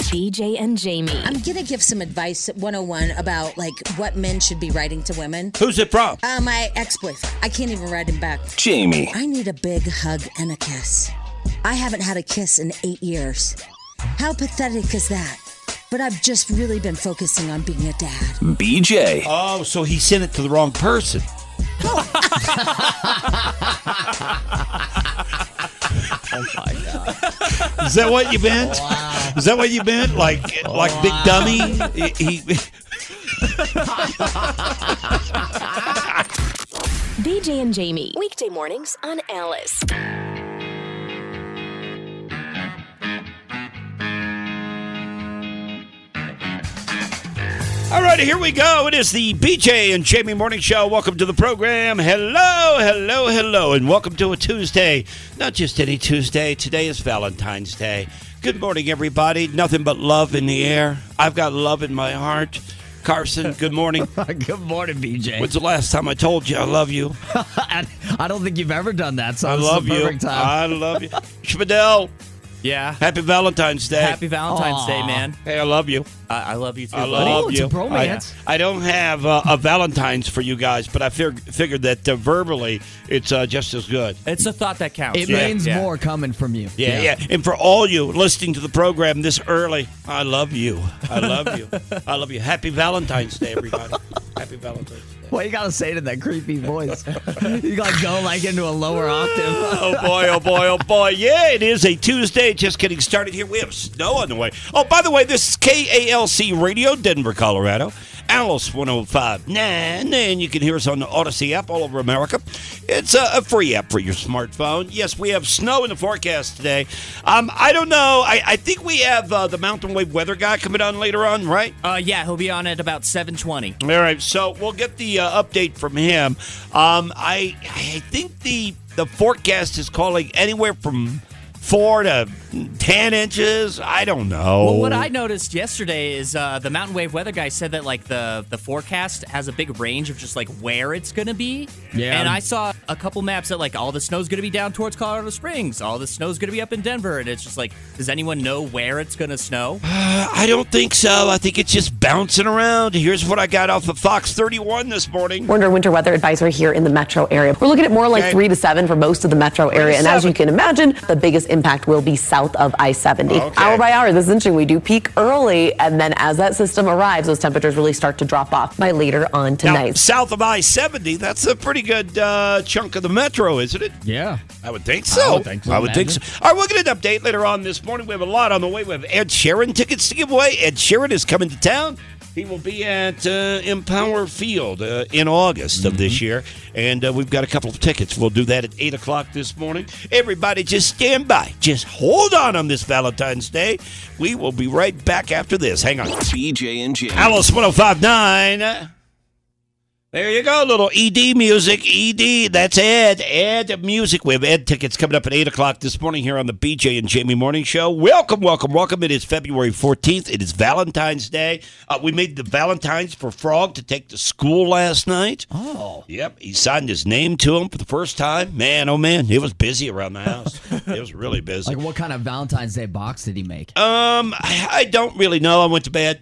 BJ and Jamie. I'm gonna give some advice at 101 about like what men should be writing to women. Who's it from? Uh, my ex-boyfriend. I can't even write him back. Jamie. I need a big hug and a kiss. I haven't had a kiss in eight years. How pathetic is that? But I've just really been focusing on being a dad. BJ. Oh, so he sent it to the wrong person. Is that what you meant? Is that what you meant? Like, like big dummy? He- he- BJ and Jamie. Weekday mornings on Alice. All righty, here we go. It is the BJ and Jamie Morning Show. Welcome to the program. Hello, hello, hello, and welcome to a Tuesday. Not just any Tuesday. Today is Valentine's Day. Good morning, everybody. Nothing but love in the air. I've got love in my heart. Carson, good morning. Good morning, BJ. When's the last time I told you I love you? I I don't think you've ever done that, so I this is love the you. Uh, perfect time. I love you. Spadell, Yeah. happy Valentine's Day. Happy Valentine's Day, man. hey, I love you. I, I love you too, I buddy. love Oh, it's you. a bromance. I, I don't have uh, a Valentine's for you guys, but I fig- figured that uh, verbally it's uh, just as good. It's a thought that counts. it Yeah. means Yeah. more coming from you. Yeah, yeah, And for all you listening to the program this early, I love you. I love you. I love you. Happy Valentine's Day, everybody. Happy Valentine's Day. What you gotta say to that creepy voice? you gotta go like into a lower octave. Oh boy, oh boy, oh boy. Yeah, it is a Tuesday. Just getting started here. We have snow on the way. Oh, by the way, this is KALC Radio, Denver, Colorado. Alice 1059. And you can hear us on the Odyssey app all over America. It's uh, a, a free app for your smartphone. Yes, we have snow in the forecast today. Um, I don't know. I, I think we have uh, the Mountain Wave weather guy coming on later on, right? Uh, yeah, he'll be on at about 720. All right, so we'll get the uh, update from him. Um, I I think the the forecast is calling anywhere from four to ten inches. I don't know. Well, what I noticed yesterday is uh, the Mountain Wave weather guy said that like the the forecast has a big range of just like where it's gonna be. Yeah. And I saw a couple maps that like all the snow's gonna be down towards Colorado Springs, all the snow's gonna be up in Denver, and it's just like, does anyone know where it's gonna snow? I don't think so. I think it's just bouncing around. Here's what I got off of Fox 31 this morning. We're under winter weather advisory here in the metro area. We're looking at more like Okay. three to seven for most of the metro area. And as you can imagine, the biggest impact will be south of I 70. Okay. Hour by hour, this is interesting. We do peak early, and then as that system arrives, those temperatures really start to drop off by later on Now, tonight. south of I 70, that's a pretty good uh, chunk of the metro, isn't it? Yeah. I would think so. I would think so. All right, we'll get an update later on this morning. We have a lot on the way. We have Ed Sheeran tickets to give away. Ed Sheeran is coming to town. He will be at uh, Empower Field uh, in August of this year. And uh, we've got a couple of tickets. We'll do that at 8 o'clock this morning. Everybody, just stand by. Just hold on on this Valentine's Day. We will be right back after this. Hang on. BJ and Jim. Alice 1059. There you go, little ED music. ED, that's Ed. Ed music. We have Ed tickets coming up at 8 o'clock this morning here on the BJ and Jamie Morning Show. Welcome, welcome, welcome. It is February 14th. It is Valentine's Day. Uh, we made the Valentine's for Frog to take to school last night. Oh. Yep, he signed his name to him for the first time. Man, oh man, it was busy around the house. it was really busy. Like what kind of Valentine's Day box did he make? um, I, I don't really know. I went to bed.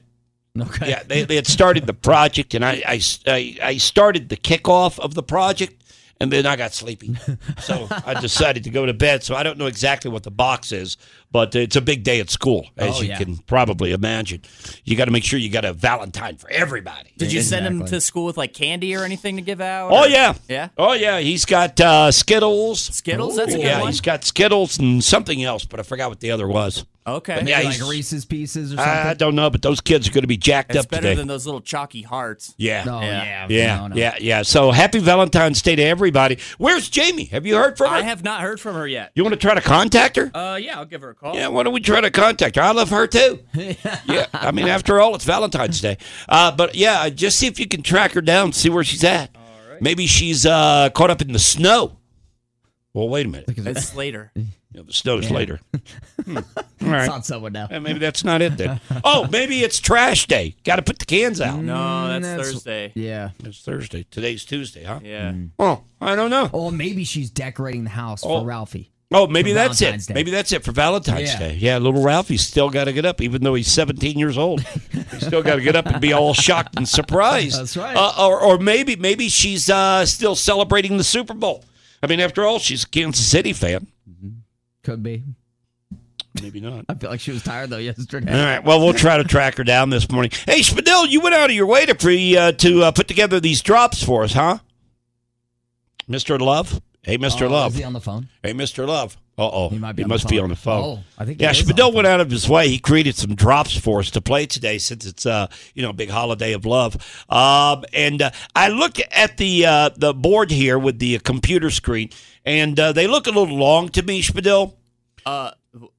Okay. yeah, they, they had started the project, and I, I, I, I started the kickoff of the project, and then I got sleepy. So I decided to go to bed. So I don't know exactly what the box is, but it's a big day at school, as Oh, you yeah. can probably imagine. You got to make sure you got a Valentine for everybody. Did you send him Exactly. to school with like candy or anything to give out? Oh, or- yeah. Yeah. Oh, yeah. He's got uh, Skittles. Skittles? That's a good Yeah, one. he's got Skittles and something else, but I forgot what the other was. Okay. Yeah, like he's- Uh, Reese's pieces or something. I don't know, but those kids are going to be jacked It's up better today. than those little chalky hearts. yeah. oh yeah. Yeah. Yeah, No, no. yeah, yeah. So happy Valentine's Day to everybody. Where's Jamie? Have you heard from her? I have not heard from her yet. You want to try to contact her? Uh, yeah, I'll give her oh. a call. yeah, why don't we try to contact her? I love her too. yeah, I mean, after all, it's Valentine's Day. Uh, but yeah, just see if you can track her down, see where she's at. Maybe she's uh, caught up in the snow. Well, wait a minute. It's later. You know, the snow's later. It's on someone now. Yeah, maybe that's not it then. Oh, maybe it's trash day. Got to put the cans out. Mm. No, that's, that's- Thursday. Yeah. It's Thursday. Today's Tuesday, huh? Yeah. Oh, I don't know. Or maybe she's decorating the house Oh. for Ralphie. Oh, maybe For that's Valentine's it. Day. Maybe that's it for Valentine's Yeah. Day. Yeah, little Ralphie's still got to get up, even though he's 17 years old. He's still got to get up and be all shocked and surprised. That's right. Uh, or, or maybe maybe she's uh, still celebrating the Super Bowl. I mean, after all, she's a Kansas City fan. Could be. Maybe not. I feel like she was tired though yesterday. All right. Well, we'll try to track her down this morning. Hey, Spadil, you went out of your way to pre, uh, to uh, put together these drops for us, huh? Mr. Love. Hey, Mr. Oh, Love. Is he on the phone? Hey, Mr. Love. Uh oh. He, might be on the must be phone. on the phone. Oh, I think he Yeah, is on Spadil the went out of his way. He created some drops for us to play today since it's uh, you know, a big holiday of love. Um, and uh, I look at the uh, the board here with the computer screen and uh, they look a little long to me, Spadil. Uh,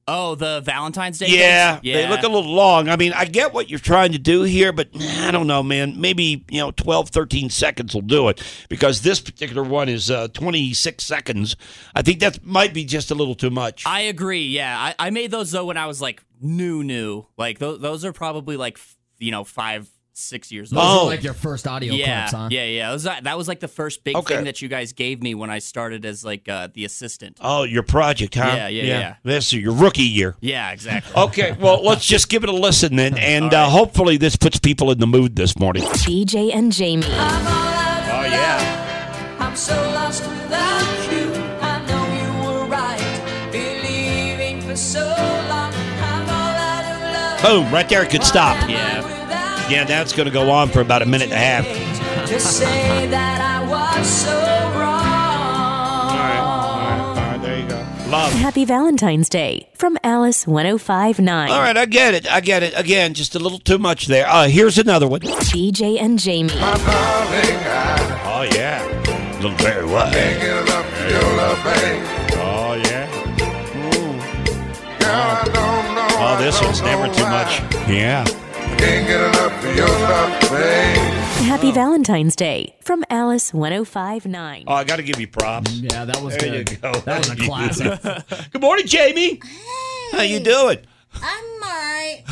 oh, the Valentine's Day. Yeah, things? they look a little long. I mean, I get what you're trying to do here, but nah, I don't know, man. Maybe, you know, 12, 13 seconds will do it because this particular one is uh, 26 seconds. I think that might be just a little too much. I agree. Yeah, I, I made those though when I was like new, new. Like th- those are probably like f- you know five, six years old. Those Oh. are like your first audio yeah, clips, huh? yeah, yeah. That was, that was like the first big Okay. thing that you guys gave me when I started as like uh, the assistant. Oh, your project, huh? Yeah, yeah, yeah. This is your rookie year. Yeah, exactly. Okay, well, let's just give it a listen then, and uh, hopefully this puts people in the mood this morning. BJ and Jamie. Oh yeah. I'm so lost without you. I know you were right. Believing for so long. I'm all out of love. Boom! Right there, it could stop. Yeah. Yeah, that's going to go on for about a minute and a half. half. Just say that I was so wrong. there you go. Love. Happy Valentine's Day from Alice 1059. All right, I get it. I get it. Again, just a little too much there. Uh, here's another one. BJ and Jamie. Oh yeah. Little very what? Oh yeah. Oh, this one's never too much. Yeah. Can't get enough of your love, babe. Happy Uh, Valentine's Day from Alice 1059. Oh, I got to give you props. Yeah, that was There you good. go. That was a classic. Good morning, Jamie. How you doing? I'm my.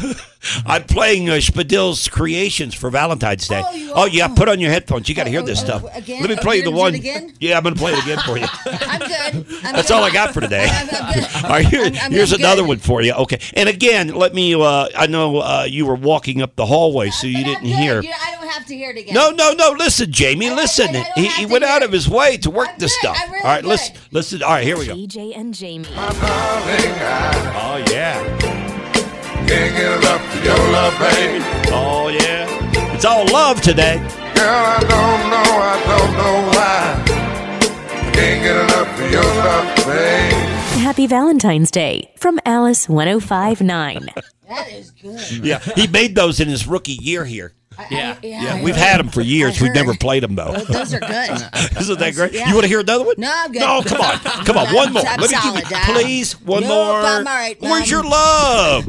I'm playing uh, Spadil's creations for Valentine's Day. Oh, you yeah, put on your headphones. You got to hear this oh, stuff. again? Let me Oh, play you you're the gonna do it one. again? Yeah, I'm going to play it again for you. I'm good. I'm That's good. all I got for today. I'm, I'm good. All right, here- I'm- I'm- here's I'm good. another one for you. Okay, and again, let me. Uh, I know uh, you were walking up the hallway, so you But I'm didn't good. hear. You- I don't have to hear it again. No, no, no. Listen, Jamie. I- I- Listen. I don't He, have he to went hear out it. of his way to work I'm this good. stuff. I'm really all right, listen. good. Listen. All right, here we go. BJ and Jamie. Oh yeah. Can't get enough of your love, babe. Oh yeah. It's all love today. Girl, I don't know, I don't know why. Can't get enough of your love, babe. Happy Valentine's Day from Alice 1059. That is good. Yeah. He made those in his rookie year here. I- I- Yeah. yeah. Yeah, I we've heard. had them for years. I We've never heard. played them though. Those are good. Isn't that great? Yeah. You want to hear another one? No, I'm good. No, come on, come on. I'm- One more. I'm Let me give solid, you, Dad. please, one Nope, more. I'm all right, um, Where's Mom. your love?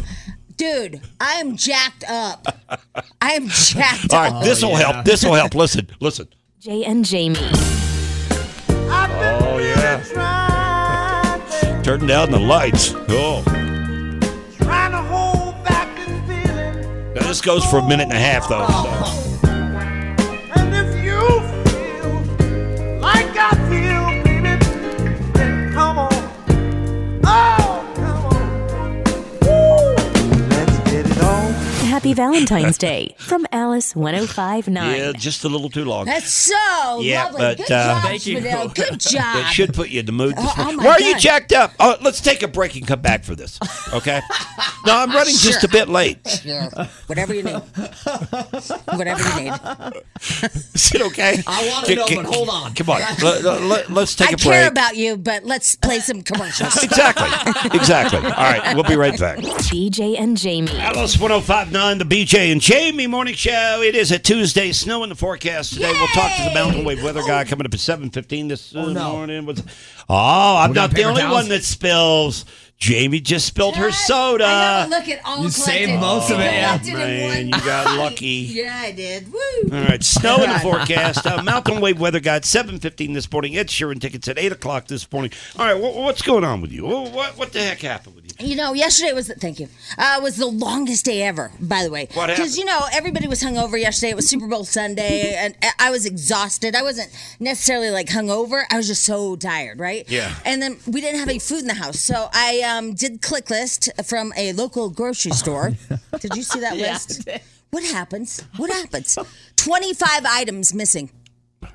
Dude, I am jacked up. I am jacked All up. right, this will help. This will help. Listen, listen. Jay and Jamie. Oh yeah. Turn down the lights. Oh. Now this goes for a minute and a half though. Oh, so. And if you feel like I feel, baby, then come on. Oh, come on. Woo. Let's get it on. Happy Valentine's Day from Alice 1059. Yeah, just a little too long. That's so Yeah, lovely. but, good uh, job, Thank you. Spadil. Good That job. should put you in the mood. This Oh, oh morning. my Why are you God. jacked up? Oh, let's take a break and come back for this. Okay. no, I'm running just a bit late. Yeah. Whatever you need. Whatever you need. Is it okay? I wanna Can- know, can- but hold on. Come on. Let, us take I a break. care about you, but let's play some commercials. exactly. Exactly. All right. We'll be right back. BJ and Jamie. Alice 1059, the BJ and Jamie Morning Show. It is a Tuesday. Snow in the forecast today. We'll talk to the Mountain Wave weather guy coming up at 715 this uh, no. morning. What's- Oh, I'm We got not the paper only towels? one that spills. Jamie just spilled her soda. I know, look at all You saved collected. most of it, yeah. Collected in Man, one you got bite. lucky. Yeah, I did. Woo. All right, snow in the forecast. Uh, Mountain Wave Weather Guide, 7.15 this morning. Ed Sheeran tickets at 8 o'clock this morning. All right, wha- what's going on with you? Wha- What, what the heck happened with you? You know, yesterday was the, thank you. Uh, was the longest day ever. By the way, What happened? Because you know everybody was hungover yesterday. It was Super Bowl Sunday, and I was exhausted. I wasn't necessarily like hungover. I was just so tired, right? Yeah. And then we didn't have any food in the house, so I um, did click list from a local grocery store. did you see that Oh, Yeah, I list? What happens? What happens? Twenty five items missing.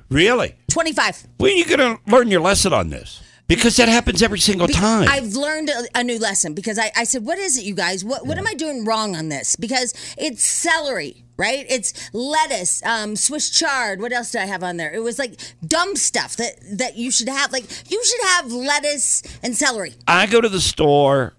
Really? Twenty five. When are you going to learn your lesson on this? Because that happens every single Be- time. I've learned a, a new lesson because I, I said, What is it, you guys? What, what am I doing wrong on this? Because it's celery, right? It's lettuce, um, Swiss chard. What else did I have on there? It was like dumb stuff that, that you should have. Like, you should have lettuce and celery. I go to the store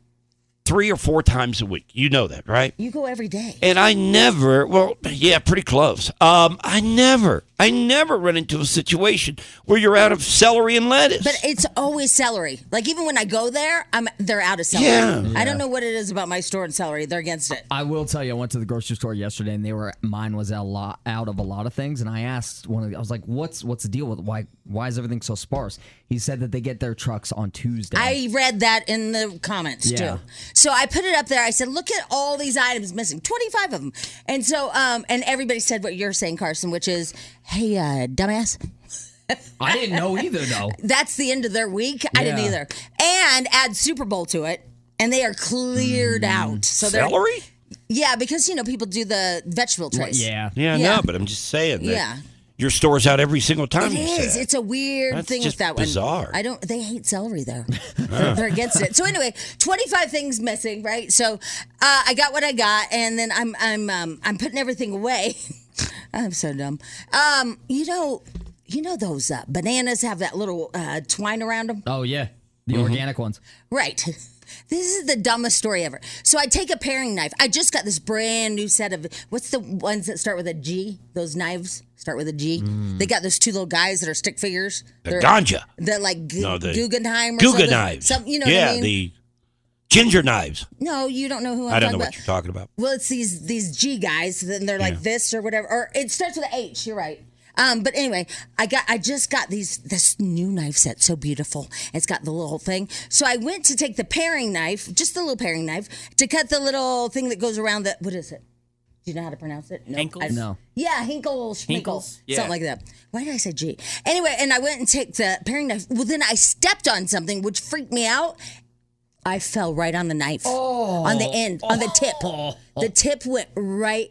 three or four times a week. You know that, right? You go every day. And I never, well, yeah, pretty close. Um, I never, I never run into a situation where you're out of celery and lettuce. But it's always celery. Like even when I go there, I'm they're out of celery. Yeah. I Yeah. don't know what it is about my store and celery. They're against it. I will tell you, I went to the grocery store yesterday, and they were mine was a lot out of a lot of things. And I asked one of, the, I was like, "What's what's the deal with why why is everything so sparse?" He said that they get their trucks on Tuesday. I read that in the comments Yeah. too. So I put it up there. I said, "Look at all these items missing. 25 of them." And so um and everybody said what you're saying, Carson, which is, "Hey, uh dumbass, I didn't know either, though. that's the end of their week." I didn't Yeah. either. And add Super Bowl to it, and they are cleared Mm. out. So they're celery? Yeah, because you know people do the vegetable trays. yeah, Yeah. no. But I'm just saying that Yeah. your store's out every single time. It you is. said. It's a weird That's thing just with that bizarre. one. I don't. They hate celery there. Huh. they're, they're against it. So anyway, twenty five things missing. Right. So uh, I got what I got, and then I'm I'm um, I'm putting everything away. I'm so dumb. Um, you know, you know those uh, bananas have that little uh, twine around them. Oh yeah, the organic ones. Right. This is the dumbest story ever. So I take a paring knife. I just got this brand new set of what's the ones that start with a G? Those knives start with a G. Mm. They got those two little guys that are stick figures. The ganja. They're like Gu- No, the Guggenheim. Or Guga something. knives. Some, you know yeah, what I mean? the ginger knives. no, you don't know who I'm I don't talking know about. what you're talking about. Well, it's these these G guys, then they're Yeah. like this or whatever, or it starts with a H. You're right. Um, but anyway, I got I just got these this new knife set, so beautiful. It's got the little thing. So I went to take the paring knife, just the little paring knife, to cut the little thing that goes around the what is it? Do you know how to pronounce it? No, Ankles? I- No. Yeah, Hinkle Schminkle. Hinkles? Yeah. Something like that. Why did I say G? Anyway, and I went and take the paring knife. Well, then I stepped on something, which freaked me out. I fell right on the knife. Oh. On the end, on the tip. The tip went right.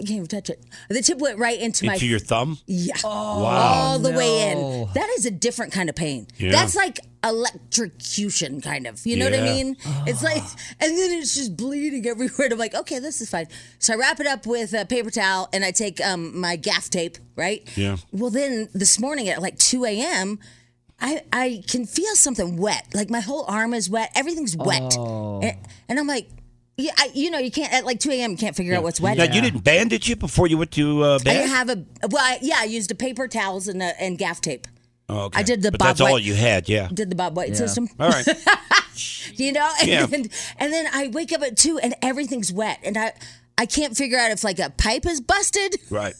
I can't even touch it. The tip went right into, my. Into your thumb? yeah. Wow. All the way in. Oh, No. That is a different kind of pain. Yeah. That's like electrocution, kind of. You know what Yeah. I mean? It's like, and then it's just bleeding everywhere. And I'm like, okay, this is fine. So I wrap it up with a paper towel and I take um, my gaff tape, right? Yeah. Well, then this morning at like 2 a.m., I, I can feel something wet. Like my whole arm is wet. Everything's wet. Oh. And, and I'm like, yeah, I, you know, you can't, at like 2 a.m., you can't figure out what's wet. Now, you didn't bandage it before you went to uh, I bed? didn't have a, well, I, yeah, I used a paper towels and, a, and gaff tape. Oh, okay. I did the But Bob that's all White- you had, yeah. Did the Bob White Yeah. system. All right. you know? And, Yeah. then, and then I wake up at 2 and everything's wet. And I, I can't figure out if like a pipe is busted. Right.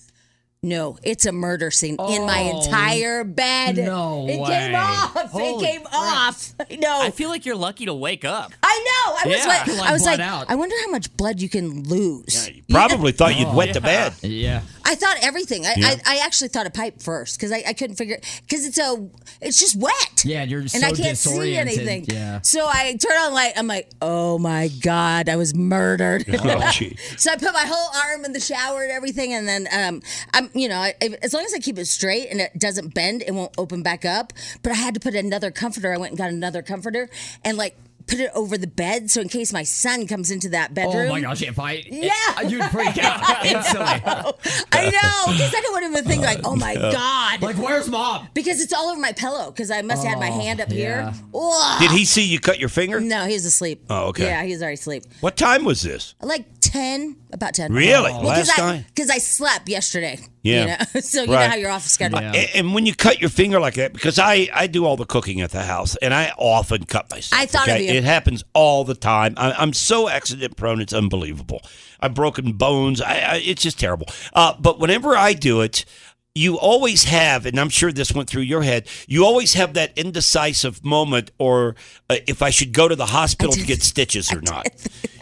No, it's a murder scene in my Oh, entire bed. no it way. came off. Holy it came off. I Oh. know. I feel like you're lucky to wake up. I know. I was Yeah. like, You're like I was blood like, out. I wonder how much blood you can lose. Probably thought you'd Oh, went to yeah. bed. Yeah. I thought everything. I, Yeah. I, I actually thought a pipe first because I, I couldn't figure because it's a it's just wet. Yeah, you're and so I can't see disoriented. anything. Yeah. So I turn on light. I'm like, oh my god, I was murdered. Oh, gee. so I put my whole arm in the shower and everything, and then um, I'm you know, I, if- as long as I keep it straight and it doesn't bend, it won't open back up. But I had to put another comforter. I went and got another comforter, and like. Put it over the bed so in case my son comes into that bedroom. Oh my gosh, if I Yeah. you'd freak out instantly. I know, because I don't want him to think like, oh my Yeah. god, like where's mom? Because it's all over my pillow. Because I must have had my Oh, hand up yeah. here. Ugh. Did he see you cut your finger? No, he was asleep. Oh, okay. Yeah, he was already asleep. What time was this? Like ten, about ten. Really? Last time? Because I slept yesterday. Yeah. You know? so you know Right. how you're off schedule. A- And, when you cut your finger like that, because I, I do all the cooking at the house, and I often cut myself. I thought of you. It happens all the time. I, I'm so accident prone; it's unbelievable. I've broken bones. I, I, it's just terrible. Uh, but whenever I do it, you always have, and I'm sure this went through your head, you always have that indecisive moment or uh, if I should go to the hospital to get stitches or not.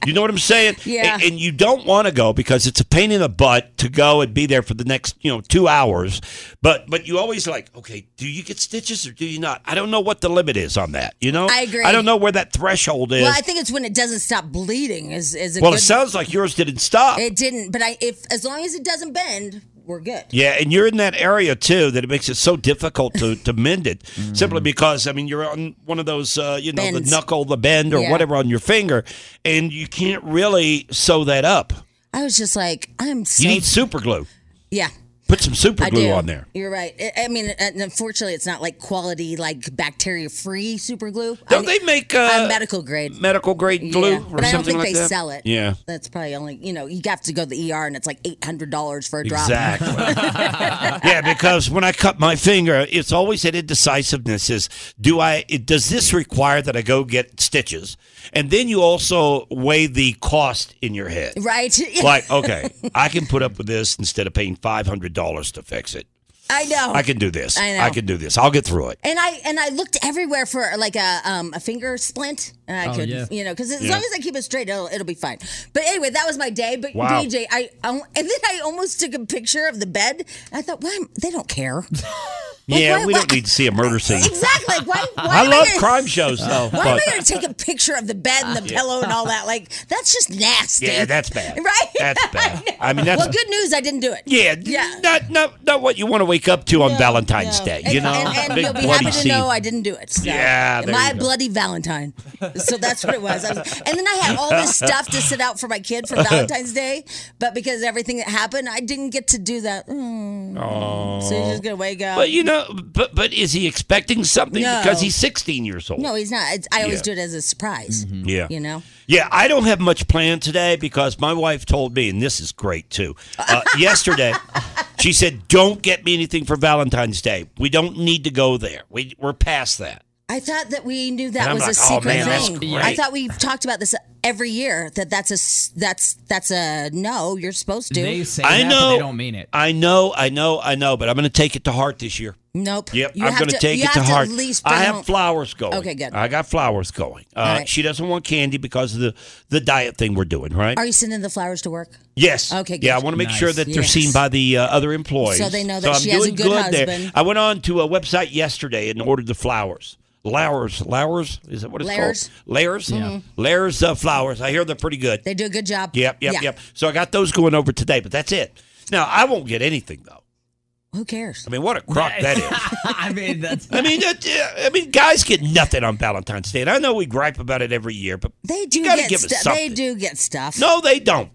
You know what I'm saying? Yeah. And, and you don't want to go because it's a pain in the butt to go and be there for the next, you know, two hours. But but you always like, okay, do you get stitches or do you not? I don't know what the limit is on that. You know, I agree. I don't know where that threshold is. Well, I think it's when it doesn't stop bleeding. Is is a Well, good, it sounds like yours didn't stop. It didn't, but I if as long as it doesn't bend, we're good. Yeah, and you're in that area too that it makes it so difficult to, to mend it simply because I mean you're on one of those uh, you know Mm-hmm. Bends. the knuckle, the bend, or Yeah. whatever on your finger, and you can't really sew that up. I was just like, I'm so you need super glue. yeah. Put some super I do. glue on there. You're right. I- I mean, and unfortunately, it's not like quality, like bacteria-free super glue. Don't they make uh, I'm medical grade. medical grade glue Yeah, or but I don't something think like they that? sell it. Yeah. That's probably only you know you have to go to the ER and it's like eight hundred dollars for a drop. Exactly. yeah, because when I cut my finger, it's always that indecisiveness is do I it, does this require that I go get stitches? And then you also weigh the cost in your head. Right. Like, okay, I can put up with this instead of paying five hundred dollars to fix it. I know. I can do this. I know. I can do this. I'll get through it. And I and I looked everywhere for like a um, a finger splint, and I Oh, could yeah. you know because as Yeah. long as I keep it straight, it'll, it'll be fine. But anyway, that was my day. But Wow. DJ, I, I and then I almost took a picture of the bed. I thought, why am- they don't care? yeah, why- we don't why- need to see a murder scene. exactly. Like, why? why I am love gonna- crime shows though. Why am I but- going to take a picture of the bed and the Yeah. pillow and all that? Like that's just nasty. yeah, that's bad. Right? That's bad. I mean, that's well, good news, I didn't do it. Yeah, yeah. Not, not not what you want to wake up to on Valentine's Day. You know, and, and Big you'll be bloody happy to scene. know I didn't do it. So. Yeah, there my you go. bloody Valentine. So that's what it was. I was. And then I had all this stuff to sit out for my kid for Valentine's Day, but because of everything that happened, I didn't get to do that. Mm. Aw. So he's just gonna wake up. But you know, but but is he expecting something No. because he's 16 years old? no, he's not. It's, I always Yeah. Mm-hmm. do it as a surprise. Yeah. you know. Yeah, I don't have much planned today because my wife told me, and this is great too. Uh, yesterday, she said, "Don't get me anything for Valentine's Day. We don't need to go there. We we're past that." I thought that we knew And that I'm was a like, oh, secret man, that's thing. great. I thought we talked about this every year that that's a s- that's that's a no. You're supposed to. I know I know, I know, I know. But I'm going to take it to heart this year. Nope. Yep, You I'm have going to- to take you it to have to heart. at least I bring have home- flowers going. Okay, good. I got flowers going. Uh, right. She doesn't want candy because of the the diet thing we're doing, right? Are you sending the flowers to work? Yes. Okay, Yeah, I good. want to make sure Nice. that they're Yes. seen by the uh, other employees, So they know that she has a good There. husband. I went on to a website yesterday and ordered the flowers. Lowers, Lowers, is that what it's Layers. called? Layers, Yeah. Layers of flowers. I hear they're pretty good. They do a good job. Yep, yep, Yeah. yep. So I got those going over today, but that's it. Now I won't get anything though. Who cares? I mean, what a crock that is. I mean, that's. I mean, that, uh, I mean, guys get nothing on Valentine's Day, and I know we gripe about it every year, but They do you gotta get give us stuff. something. They do get stuff. No, they don't.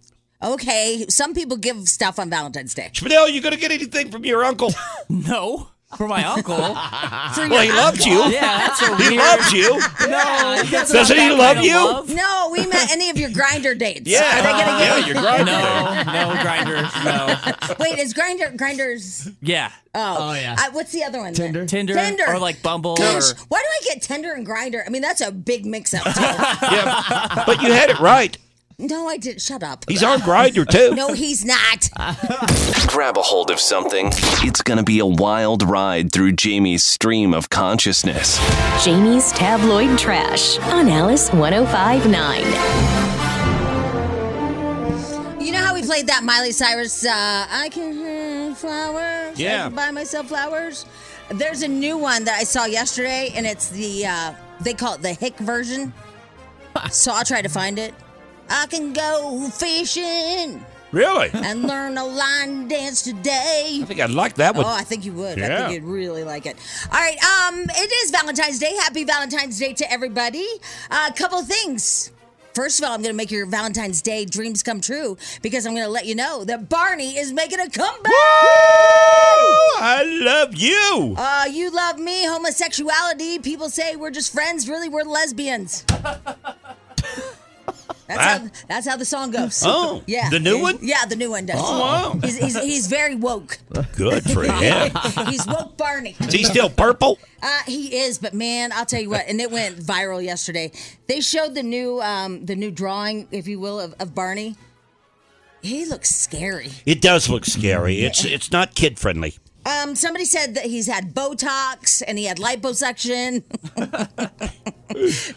Okay, some people give stuff on Valentine's Day. Fidel, you gonna get anything from your uncle? no, for my uncle. For Ah. well, your he loved uncle. you. Yeah, that's a he weird- loved you. No, that's doesn't not he that love kind of you? love. No, we met any of your grinder dates. Yeah, Are they gonna yeah, you're grinding. No, no grinder. No. get- Wait, is grinder grinders? Yeah. Oh, I, what's the other one? Um, then? Tinder, Tinder, or like Bumble Gosh, or why do I get Tinder and Grinder? I mean, that's a big mix-up. yeah, but you had it right. no, I did. Shut up. He's on Grinder too. No, he's not. Grab a hold of something. It's going to be a wild ride through Jamie's stream of consciousness. Jamie's Tabloid Trash on Alice 1059. You know how we played that Miley Cyrus? Uh, I can have flowers. I Yeah. can buy myself flowers. There's a new one that I saw yesterday, and it's the uh, they call it the Hick version. so I'll try to find it. I can go fishing Really? and learn a line dance today. I think I'd like that one. Oh, I think you would. I Yeah. think you'd really like it. All right. Um, it is Valentine's Day. Happy Valentine's Day to everybody. A couple of things. First of all, I'm going to make your Valentine's Day dreams come true because I'm going to let you know that Barney is making a comeback. I love you. Uh, you love me, homosexuality. People say we're just friends. Really, we're lesbians. That's how, that's how the song goes. Oh, yeah. the new one? Yeah, the new one does. Oh, wow. He's, he's, he's very woke. Good for Uh. him. he's woke Barney. Is he still purple? Uh, he is, but man, I'll tell you what, and it went viral yesterday. They showed the new, um, the new drawing, if you will, of, of Barney. He looks scary. It does look scary. It's it's not kid friendly. Um, somebody said that he's had Botox and he had liposuction.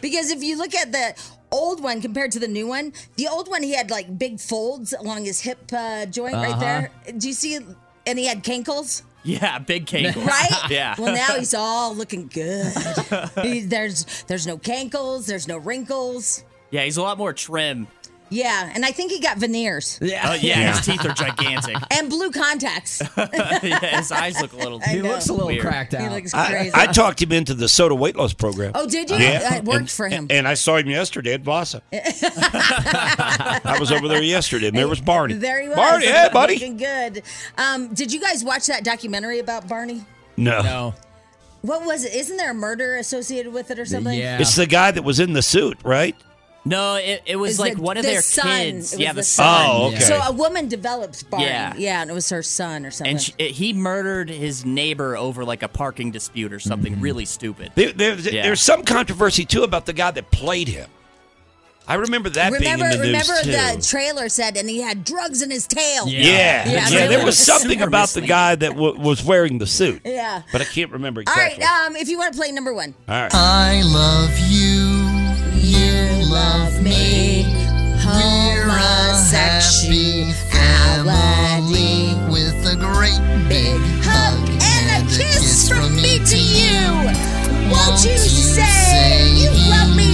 because if you look at the old one compared to the new one, the old one he had like big folds along his hip uh, joint right Uh-huh. there. Do you see? And he had cankles. Yeah, big cankles. Right? Yeah. Well, now he's all looking good. He- there's there's no cankles. There's no wrinkles. Yeah, he's a lot more trim. Yeah, and I think he got veneers. Yeah. Uh, yeah, his teeth are gigantic. And blue contacts. yeah, his eyes look a little. I He know. looks a little weird. cracked out. looks I, crazy. I talked him into the soda weight loss program. Oh, did you? Yeah, That worked and- for him. And I saw him yesterday at Vasa. I was over there yesterday, and there was Barney. There he was. Barney, hey, buddy. Looking good. Um, did you guys watch that documentary about Barney? No. What was it? Isn't there a murder associated with it or something? It's the guy that was in the suit, right? No, it, it was It's like the- one of the their son. kids. It was yeah, the, the son. Oh, okay. So a woman develops Barney. Yeah. yeah, and it was her son or something. and she, it, he murdered his neighbor over like a parking dispute or Mm-hmm. something really stupid. There, there- There's some controversy too about the guy that played him. I remember that remember, being in the remember news the too. trailer said, and he had drugs in his tail. yeah, yeah. there was something Super about the misleading. guy that w- was wearing the suit, Yeah. but I can't remember All exactly. right. Um, if you want to play number one, All right. I love you. You love me. We're a happy family with a great big hug and a kiss from me to you. Won't you say you love me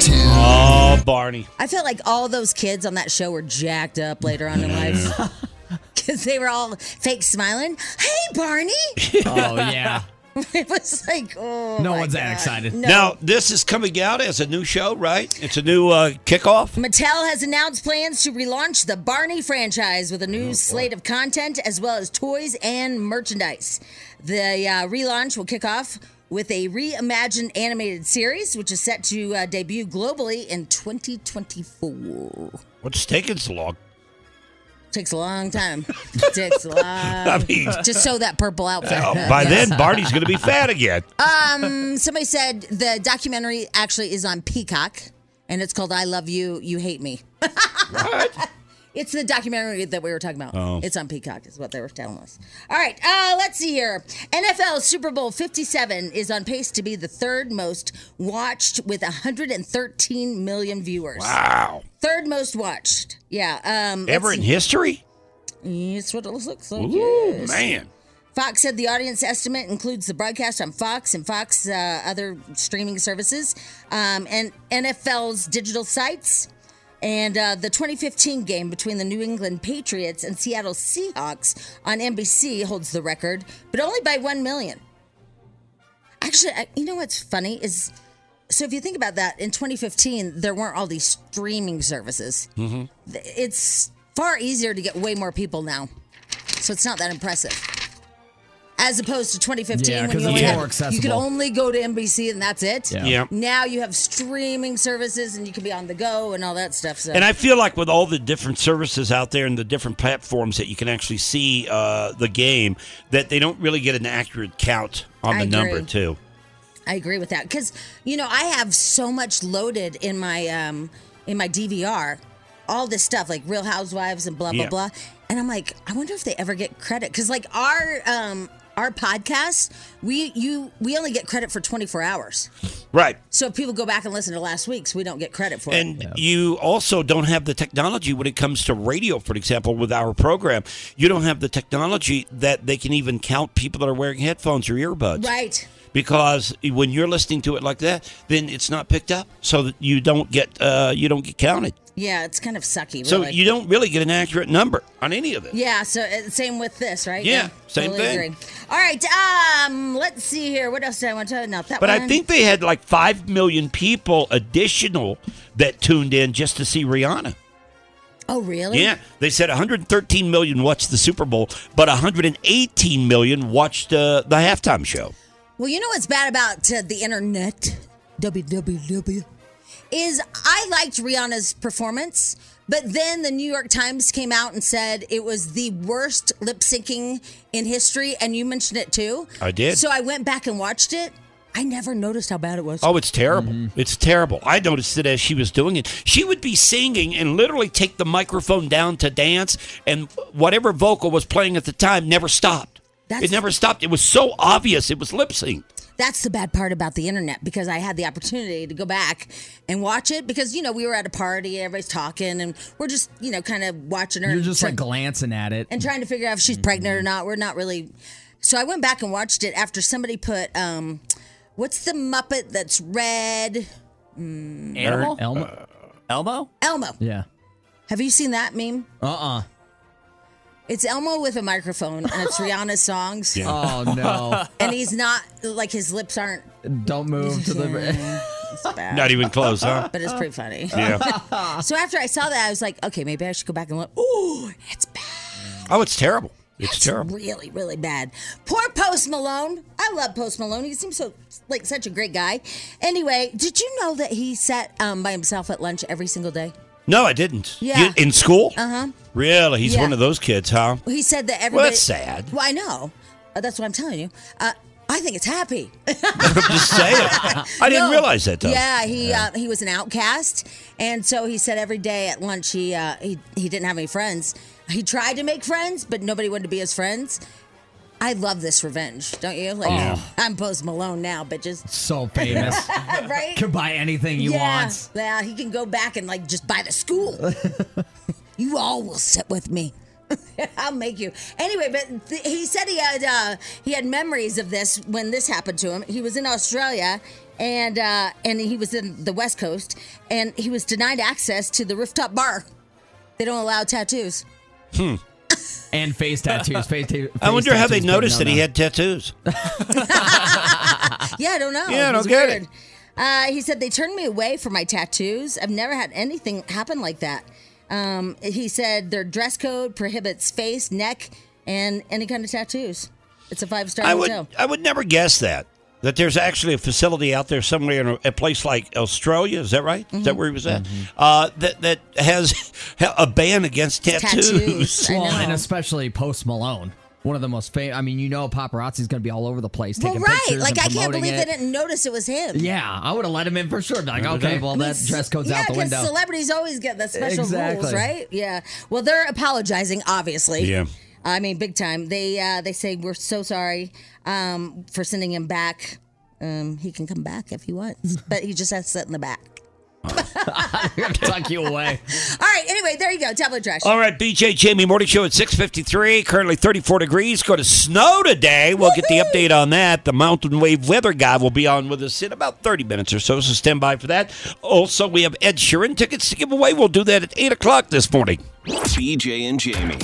too? Oh, Barney. I felt like all those kids on that show were jacked up later on in life because they were all fake smiling. Hey, Barney. Oh yeah. it was like, oh, No my one's that God. excited. No. Now this is coming out as a new show, right? It's a new uh, kickoff. Mattel has announced plans to relaunch the Barney franchise with a Oh, new slate of content as well as toys and merchandise. The uh, relaunch will kick off with a reimagined animated series, which is set to uh, debut globally in 2024. What's taking so long? Takes a long time. Takes a long. I mean- just sew that purple outfit. Oh, I by guess. then, Barney's going to be fat again. Um, somebody said the documentary actually is on Peacock, and it's called "I Love You, You Hate Me." It's the documentary that we were talking about. Oh. It's on Peacock, is what they were telling us. All right, uh, let's see here. NFL Super Bowl 57 is on pace to be the third most watched with 113 million viewers. Wow. Third most watched. Yeah. Um, Ever let's in see. history? Yes, what it looks like. Ooh, yes. man. Fox said the audience estimate includes the broadcast on Fox and Fox uh, other streaming services, um, and NFL's digital sites, and uh, the 2015 game between the New England Patriots and Seattle Seahawks on NBC holds the record, but only by one million. Actually, I, you know what's funny is, so if you think about that, in 2015 there weren't all these streaming services. Mm-hmm. Th- It's far easier to get way more people now, so it's not that impressive as opposed to 2015 Yeah, when 'cause you, it's only more had- you could accessible. only go to NBC and that's it. Yeah. Yeah. Now you have streaming services and you can be on the go and all that stuff. So And I feel like with all the different services out there and the different platforms that you can actually see uh, the game, that they don't really get an accurate count on I the number agree. too. I agree with that because you know I have so much loaded in my um in my DVR, all this stuff like Real Housewives and blah blah Yeah. blah, and I'm like, I wonder if they ever get credit because like our um our podcast we you we only get credit for 24 hours. Right. So if people go back and listen to last week's, we don't get credit for And it. you also don't have the technology when it comes to radio, for example, with our program. You don't have the technology that they can even count people that are wearing headphones or earbuds. Right. Because when you're listening to it like that, then it's not picked up, so that you don't get uh, you don't get counted. Yeah, it's kind of sucky. Really. So you don't really get an accurate number on any of it. Yeah, so uh, same with this, right? Yeah, same thing. All right, um, let's see here. What else did I want to talk about? That But I one? think they had like five million people additional that tuned in just to see Rihanna. Oh, really? Yeah, they said 113 million watched the Super Bowl, but 118 million watched uh, the halftime show. Well, you know what's bad about uh, the internet? www is I liked Rihanna's performance, but then the New York Times came out and said it was the worst lip syncing in history, and you mentioned it too. I did. So I went back and watched it. I never noticed how bad it was. Oh, it's terrible! It's terrible. I noticed it as she was doing it. She would be singing and literally take the microphone down to dance, and whatever vocal was playing at the time never stopped. That's it never stopped. It was so obvious. It was lip sync. That's the bad part about the internet because I had the opportunity to go back and watch it because you know we were at a party and everybody's talking and we're just you know kind of watching her You're and just try- like Mm-hmm. glancing at it. and trying to figure out if she's pregnant or not. We're not really. So I went back and watched it after somebody put um, what's the Muppet that's red? Mm, Animal? Elmo? Uh, Elmo? Elmo. Yeah. Have you seen that meme? Uh uh It's Elmo with a microphone and it's Rihanna's songs. Yeah. Oh, no. and he's not like his lips aren't Don't move to the. Not even close, huh? But it's pretty funny. Yeah. so after I saw that, I was like, okay, maybe I should go back and look. Ooh, it's Oh, it's terrible. It's terrible. really, really bad. Poor Post Malone. I love Post Malone. He seems so like such a great guy. Anyway, did you know that he sat um, by himself at lunch every single day? No, I didn't. Yeah. You- in school? Uh huh. Really? He's Yeah. one of those kids, huh? He said that everybody. Well, that's sad. Well, I know. Uh, that's what I'm telling you. Uh, I think it's happy. Just say it. I didn't No. realize that, though. Yeah, he Uh, he was an outcast, and so he said every day at lunch he uh, he he didn't have any friends. He tried to make friends, but nobody wanted to be his friends. I love this revenge, don't you? Like Yeah. Oh. I'm Post Malone now, but just So famous. right? Can buy anything you yeah, want. yeah. He can go back and like just buy the school. you all will sit with me. I'll make you anyway. But th- he said he had uh, he had memories of this when this happened to him. He was in Australia. And uh, and he was in the West Coast, and he was denied access to the rooftop bar. They don't allow tattoos. Hmm. And face tattoos. Face ta- face I wonder how they tattoos, but noticed no, that he no. had tattoos. Yeah, I don't know. Yeah, I It was don't get it. weird. Uh, he said they turned me away for my tattoos. I've never had anything happen like that. Um, he said their dress code prohibits face, neck, and any kind of tattoos. It's a five star I would, hotel. I would never guess that. That there's actually a facility out there somewhere in a, a place like Australia, is that right? Is that where he was at? Uh, that that has a ban against tattoos. Well, and especially Post Malone. One of the most famous. I mean, you know, paparazzi's going to be all over the place Well, taking right. pictures. Like, and I can't promoting believe it. they didn't notice it was him. Yeah, I would have let him in for sure. Be Like, Another okay, day. well, I mean, that dress code's yeah, out the because window. celebrities always get the special rules, Exactly. right? Yeah. Well, they're apologizing, obviously. Yeah. I mean, big time. They uh, they say we're so sorry um, for sending him back. Um, he can come back if he wants, but he just has to sit in the back. Tuck you away. All right. Anyway, there you go. Tablet trash. All right, BJ Jamie Morning Show at 653, currently 34 degrees. Going to snow today. We'll get the update on that. The mountain wave weather guy will be on with us in about 30 minutes or so, so stand by for that. Also, we have Ed Sheeran tickets to give away. We'll do that at 8 o'clock this morning. BJ and Jamie.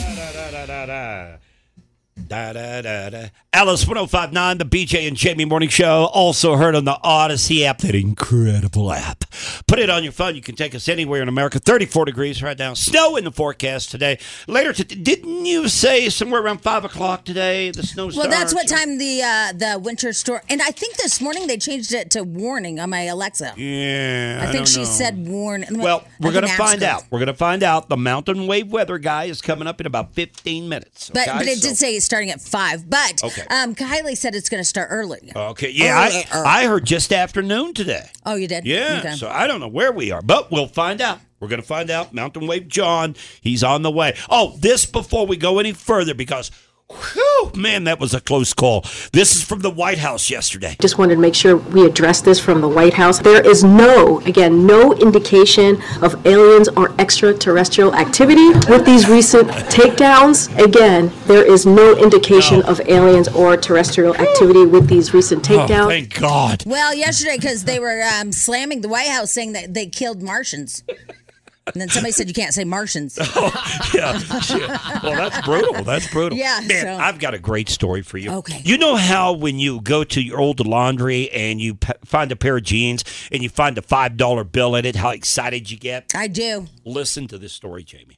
Da, da, da, da. Alice 1059, the BJ and Jamie Morning Show, also heard on the Odyssey app, that incredible app. Put it on your phone. You can take us anywhere in America. 34 degrees right now. Snow in the forecast today. Later, to, didn't you say somewhere around 5 o'clock today the snow Well, that's starts? what time the uh, the winter storm. And I think this morning they changed it to warning on my Alexa. Yeah. I think don't she know. said warn. and I'm like, Well, we're I going to can ask find her. out. We're going to find out. The mountain wave weather guy is coming up in about 15 minutes. But, okay? but it So- did say it's starting at five. But Okay. um, Kylie said it's going to start early. Okay. Yeah, I, I heard just afternoon today. Oh, you did? Yeah. Okay. So I don't know where we are, but we'll find out. We're going to find out. Mountain Wave John, he's on the way. Oh, this before we go any further because, whew, man, that was a close call. This is from the White House yesterday. Just wanted to make sure we address this from the White House. There is no, again, no indication of aliens or extraterrestrial activity. With these recent takedowns, again, there is no indication of aliens or terrestrial activity with these recent takedowns. Oh, thank God. Well, yesterday because they were um, slamming the White House, saying that they killed Martians. And then somebody said you can't say Martians. yeah, yeah. Well, that's brutal. That's brutal. Yeah, Man, so- I've got a great story for you. Okay. You know how when you go to your old laundry and you p- find a pair of jeans and you find a $5 bill in it, how excited you get? I do. Listen to this story, Jamie.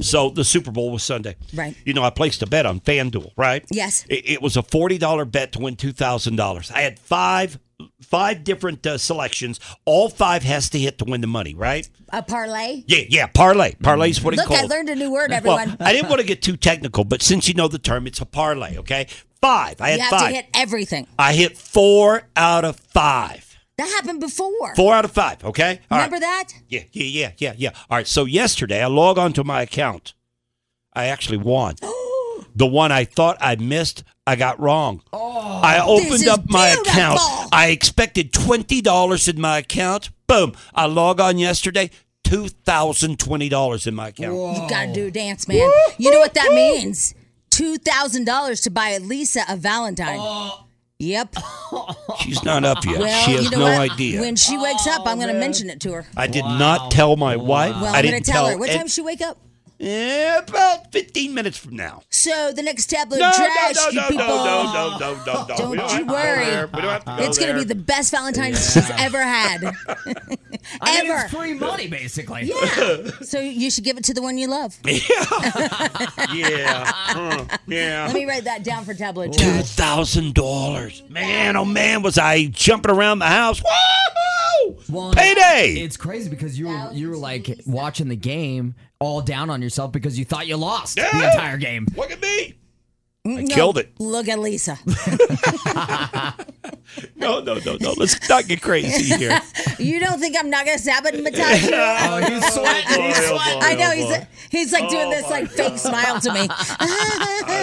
So the Super Bowl was Sunday. Right. You know, I placed a bet on FanDuel, right? Yes. It, it was a $40 bet to win $2,000. I had five five different uh, selections. All five has to hit to win the money, right? A parlay. Yeah, yeah, parlay. Parlay's what it Look, called. I learned a new word, everyone. Well, I didn't want to get too technical, but since you know the term, it's a parlay, okay? Five. I had you have five. to hit everything. I hit four out of five. That happened before. Four out of five, okay? All right. Remember that? Yeah, yeah, yeah, yeah, yeah. All right. So yesterday, I log onto my account. I actually won. The one I thought I missed, I got wrong. Oh, I this opened is up my account. beautiful. I expected twenty dollars in my account. Boom! I log on yesterday, two thousand twenty dollars in my account. You gotta do a dance, man. you know what that means? Two thousand dollars to buy Lisa a Valentine. Yep. She's not up yet. Well, she has you know no what? idea. When she wakes up, I'm gonna mention it to her. I did not tell my wife. Well, I I'm gonna didn't tell her. What an- time she wake up? Yeah, about fifteen minutes from now. So the next tablet No, no, trash, no, you no, no, people. No, no, no, no, no. Don't We you have to go worry. there. We don't have to go it's gonna there. be the best Valentine's she's ever had. I mean, ever. it's free money basically. Yeah. so you should give it to the one you love. yeah. Huh. yeah. Let me write that down for tablet Two trash. thousand dollars, man! Oh man, was I jumping around the house? Woo! Payday! It's crazy because you were you were like watching the game all down on yourself because you thought you lost the entire game. Look at me. I killed it. Look at Lisa. No, no, no, no. Let's not get crazy here. you don't think I'm not gonna stab it, Natasha? Oh, he's sweating, he's Oh, boy, sweating. I know oh, he's boy. he's like doing this like fake smile to me.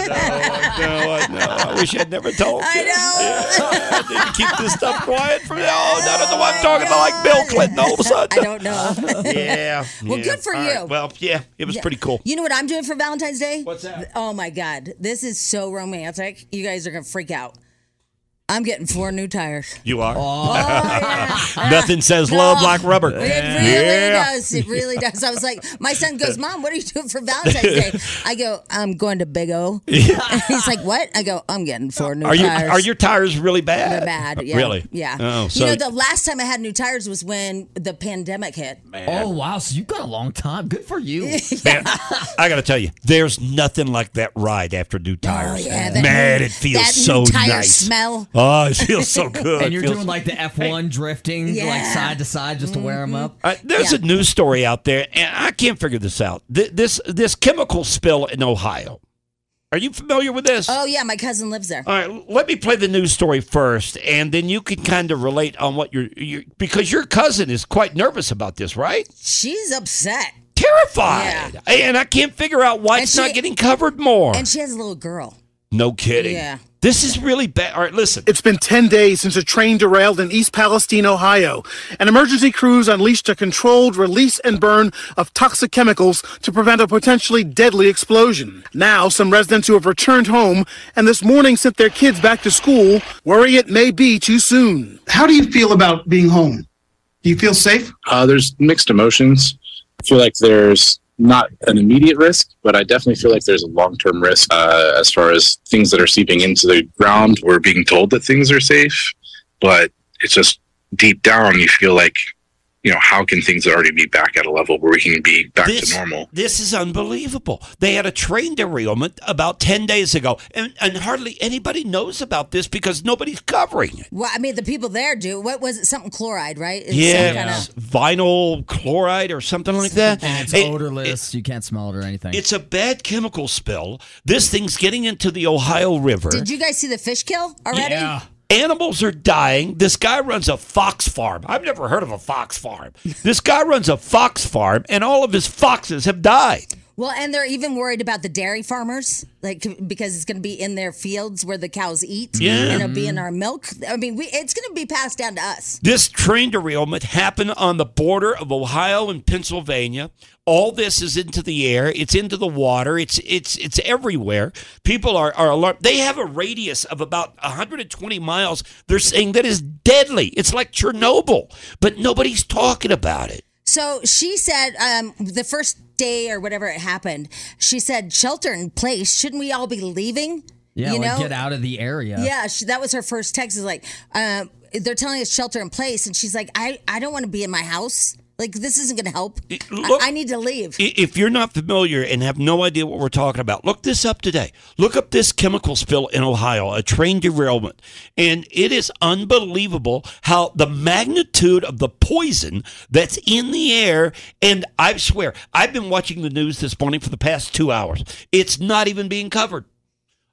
No, I know. I wish I'd never told. I know. I need to keep this stuff quiet from now on. I don't know why I'm talking to like Bill Clinton all of a sudden. I don't know. yeah. Well, yeah. good for All right. you. Well, yeah, it was Yeah. pretty cool. You know what I'm doing for Valentine's Day? What's that? Oh my God, this is so romantic. You guys are gonna freak out. I'm getting four new tires. You are. Nothing says love like rubber. Oh, It really does. It really does. I was like, my son goes, Mom, what are you doing for Valentine's Day? I go, I'm going to Big O. And he's like, What? I go, I'm getting four new Are you tires. are your tires really bad? They're bad. Yeah. Really? Yeah. Oh, so you know, the last time I had new tires was when the pandemic hit. Oh wow, so you got a long time. Good for you. Man, I gotta tell you, there's nothing like that ride after Oh, new tires. yeah, that Man, new- it feels that so new tire nice. smell. Oh, it feels so good. And you're It feels- doing like the F1 drifting, like Yeah. side to side, just to wear them up. Uh, there's a news story out there, and I can't figure this out. Th- this this chemical spill in Ohio. Are you familiar with this? Oh, yeah. My cousin lives there. All right, let me play the news story first, and then you can kind of relate on what you're, you because your cousin is quite nervous about this, right? She's upset. Terrified, and I can't figure out why it's not getting covered more. And she has a little girl. No kidding. Yeah. This is really bad. All right, listen. It's been 10 days since a train derailed in East Palestine, Ohio. An emergency crews unleashed a controlled release and burn of toxic chemicals to prevent a potentially deadly explosion. Now, some residents who have returned home and this morning sent their kids back to school worry it may be too soon. How do you feel about being home? Do you feel safe? Uh, there's mixed emotions. I feel like there's not an immediate risk, but I definitely feel like there's a long term risk uh, as far as things that are seeping into the ground. We're being told that things are safe, but it's just deep down, you feel like, you know, how can things already be back at a level where we can be back to normal? This is unbelievable. They had a train derailment about 10 days ago, and, and hardly anybody knows about this because nobody's covering it. Well, I mean, the people there do. What was it? Something chloride, right? It's some kinda- yeah, it's vinyl chloride or something like that. And it's It- odorless. you can't smell it or anything. it's a bad chemical spill. This thing's getting into the Ohio River. Did you guys see the fish kill already? Animals are dying. This guy runs a fox farm. I've never heard of a fox farm. This guy runs a fox farm, and all of his foxes have died. Well, and they're even worried about the dairy farmers, like because it's going to be in their fields where the cows eat, Yeah. and it'll be in our milk. I mean, we, it's going to be passed down to us. This train derailment happened on the border of Ohio and Pennsylvania. All this is into the air. It's into the water. It's it's it's everywhere. People are, are alarmed. They have a radius of about 120 miles. They're saying that is deadly. It's like Chernobyl, but nobody's talking about it. So she said, um, the first day or whatever it happened, she said, "Shelter in place. Shouldn't we all be leaving? yeah, you like know, get out of the area. Yeah, she, that was her first text. Is like, um, they're telling us shelter in place, and she's like, I, I don't want to be in my house. Like, this isn't going to help. look- I, I need to leave. I- If you're not familiar and have no idea what we're talking about, look this up today. Look up this chemical spill in Ohio, a train derailment. And it is unbelievable how the magnitude of the poison that's in the air. And I swear, I've been watching the news this morning for the past two hours. It's not even being covered.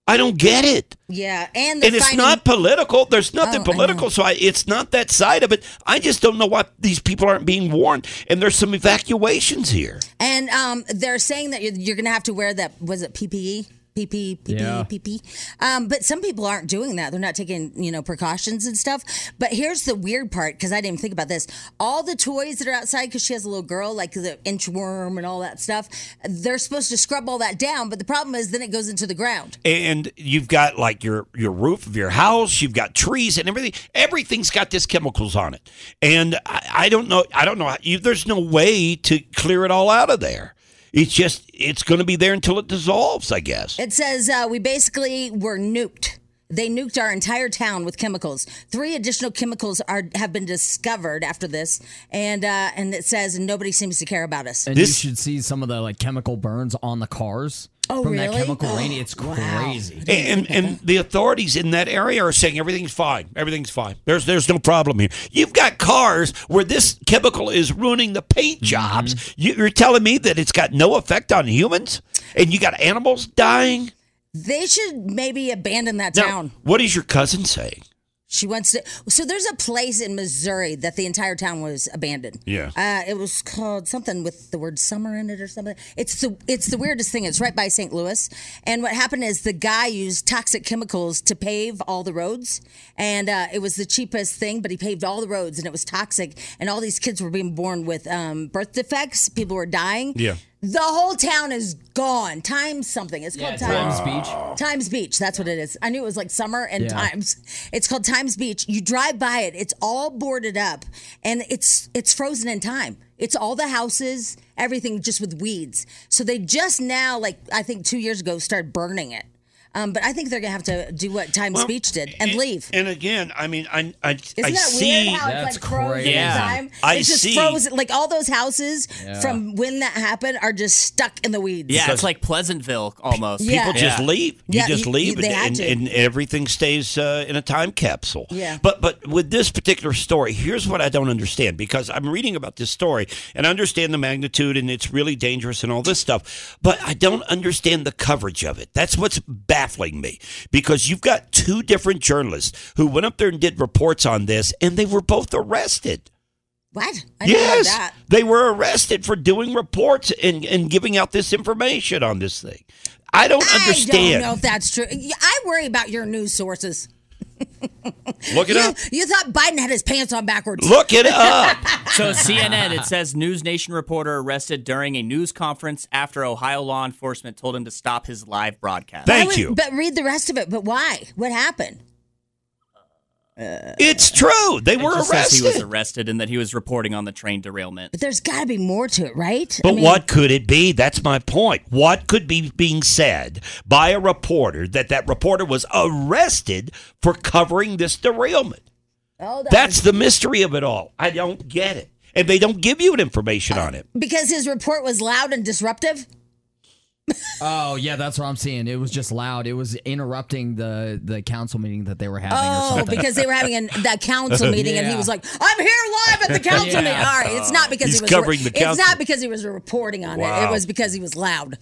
I don't get it. Yeah, and they're And it's finding- not political. There's nothing Oh, I political, so I, it's not that side of it. I just don't know why these people aren't being warned. And there's some evacuations here. And um, they're saying that you're, you're going to have to wear that. Was it PPE? pee pee pee Yeah. pee pee pee. Um, but some people aren't doing that. They're not taking you know precautions and stuff. But here's the weird part because I didn't think about this. All the toys that are outside because she has a little girl like the inchworm and all that stuff. They're supposed to scrub all that down, but the problem is then it goes into the ground. and you've got like your your roof of your house you've got trees and everything everything's got this chemicals on it and i, I don't know i don't know how- you, there's no way to clear it all out of there it's just it's going to be there until it dissolves i guess It says uh, we basically were nuked. They nuked our entire town with chemicals. Three additional chemicals are have been discovered after this, and uh, and it says nobody seems to care about us. And you should see some of the like chemical burns on the cars Oh, from that really? chemical rain. It's crazy. and, and and the authorities in that area are saying everything's fine everything's fine there's there's no problem here you've got cars where this chemical is ruining the paint jobs you, you're telling me that it's got no effect on humans and you got animals dying They should maybe abandon that Now, town. what is your cousin saying? She wants to. So there's a place in Missouri that the entire town was abandoned. Yeah. Uh, it was called something with the word summer in it or something. It's the it's the weirdest thing. It's right by St. Louis, and what happened is the guy used toxic chemicals to pave all the roads, and uh, it was the cheapest thing. But he paved all the roads, and it was toxic, and all these kids were being born with um, birth defects. People were dying. Yeah. The whole town is gone. Times something. It's called Yeah, Times Times Beach. Times Beach. That's what it is. I knew it was like summer and Yeah. times. It's called Times Beach. You drive by it. It's all boarded up and it's it's frozen in time. It's all the houses, everything just with weeds. So they just now, like I think two years ago, started burning it. Um, but I think they're gonna have to do what Times Well, Beach did and leave. And again, I mean, I, I, Isn't Isn't I that see. weird how it's like frozen in time? I it's just see. frozen. Like all those houses Yeah. from when that happened are just stuck in the weeds. Yeah, it's like Pleasantville almost. People just Yeah. leave. You Yeah, just you- leave, you- they had and, to. and, and everything stays uh, in a time capsule. Yeah. But but with this particular story, here's what I don't understand because I'm reading about this story and I understand the magnitude and it's really dangerous and all this stuff, but I don't understand the coverage of it. That's what's baffling me because you've got two different journalists who went up there and did reports on this, and they were both arrested. What? I didn't know yes, that. they were arrested for doing reports and, and giving out this information on this thing. I don't I understand. don't know if that's true. Yeah, I worry about your news sources. Look it you, up. You thought Biden had his pants on backwards. Look it up. So CNN, it says News Nation reporter arrested during a news conference after Ohio law enforcement told him to stop his live broadcast. I would- But read the rest of it. But why? What happened? It's true. They were arrested. he was arrested and that he was reporting on the train derailment. But there's got to be more to it, right? I But mean, what could it be? That's my point. What could be being said by a reporter that that reporter was arrested for covering this derailment? Hold on. That's the mystery of it all. I don't get it. And they don't give you an information on it. because his report was loud and disruptive. Oh yeah, that's what I'm seeing. It was just loud. It was interrupting the the council meeting that they were having. or Oh, something. because they were having an, that council meeting, and he Yeah. was like, "I'm here live at the council Yeah. meeting." All right, it's not because He's he was covering the It's council. not because he was reporting on it. It Wow. was because he was loud.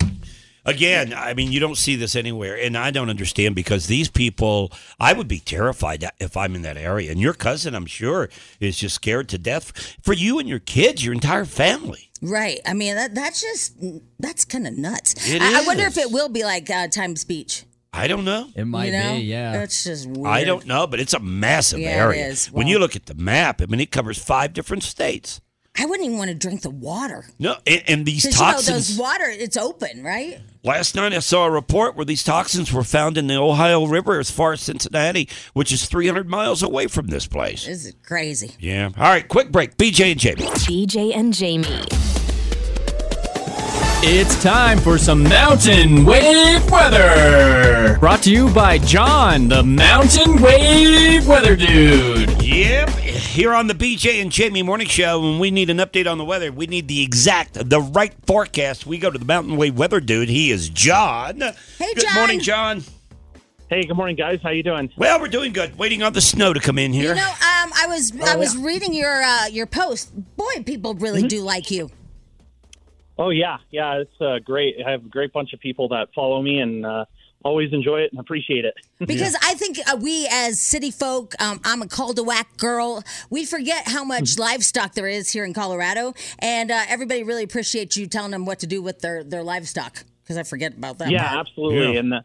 Again, I mean, you don't see this anywhere, and I don't understand because these people. I would be terrified if I'm in that area, and your cousin, I'm sure, is just scared to death for you and your kids, your entire family. Right. I mean, that that's just that's kind of nuts. It I, I wonder if it will be like uh, Times Speech. I don't know. It might You know? be, yeah. That's just weird. I don't know, but it's a massive Yeah, it area. is. When Wow. you look at the map, I mean, it covers five different states. I wouldn't even want to drink the water. No, and, and these 'Cause, you know, toxins. those water, it's open, right? Last night I saw a report where these toxins were found in the Ohio River as far as Cincinnati, which is 300 miles away from this place. This is crazy. Yeah. All right, quick break. BJ and Jamie. BJ and Jamie. It's time for some mountain wave weather. Brought to you by John, the mountain wave weather dude. Yep. Here on the BJ and Jamie Morning Show, when we need an update on the weather, we need the exact, the right forecast. We go to the Mountain Wave Weather Dude. He is John. Hey, Good morning, John. Hey, good morning, guys. How you doing? Well, we're doing good. Waiting on the snow to come in here. You know, um, I was I Oh. was reading your uh, your post. Boy, people really Mm-hmm. do like you. Oh yeah, yeah. It's uh, great. I have a great bunch of people that follow me and uh, always enjoy it and appreciate it. Because I think uh, we as city folk, um, I'm a Caldawack girl. We forget how Mm-hmm. much livestock there is here in Colorado, and uh, everybody really appreciates you telling them what to do with their their livestock. because I forget about that. yeah, part. absolutely. And uh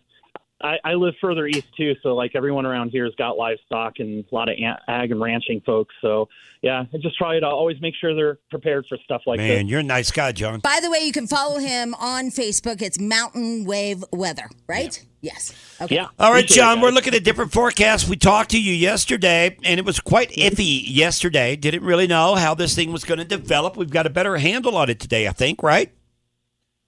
I, I live further east too, so like everyone around here has got livestock and a lot of an- ag and ranching folks. So yeah, I just try to always make sure they're prepared for stuff like this. Man, you're a nice guy, John. By the way, you can follow him on Facebook. It's Mountain Wave Weather, right? Yes. Okay. All right, John, we're looking at different forecasts. We talked to you yesterday, and it was quite iffy yesterday. Didn't really know how this thing was going to develop. We've got a better handle on it today, I think, right?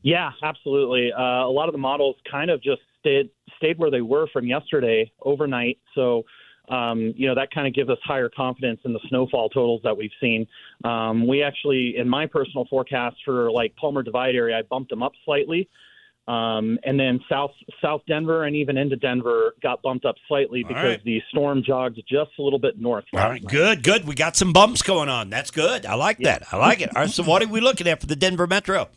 Yeah, absolutely. Uh, a lot of the models kind of just stayed stayed where they were from yesterday overnight. So, um, you know, that kind of gives us higher confidence in the snowfall totals that we've seen. Um, we actually, in my personal forecast for like Palmer Divide area, I bumped them up slightly. Um, and then South South Denver and even into Denver got bumped up slightly because right. the storm jogged just a little bit north. All right, good, good. We got some bumps going on. That's good. I like that. I like it. All right, so what are we looking at for the Denver Metro?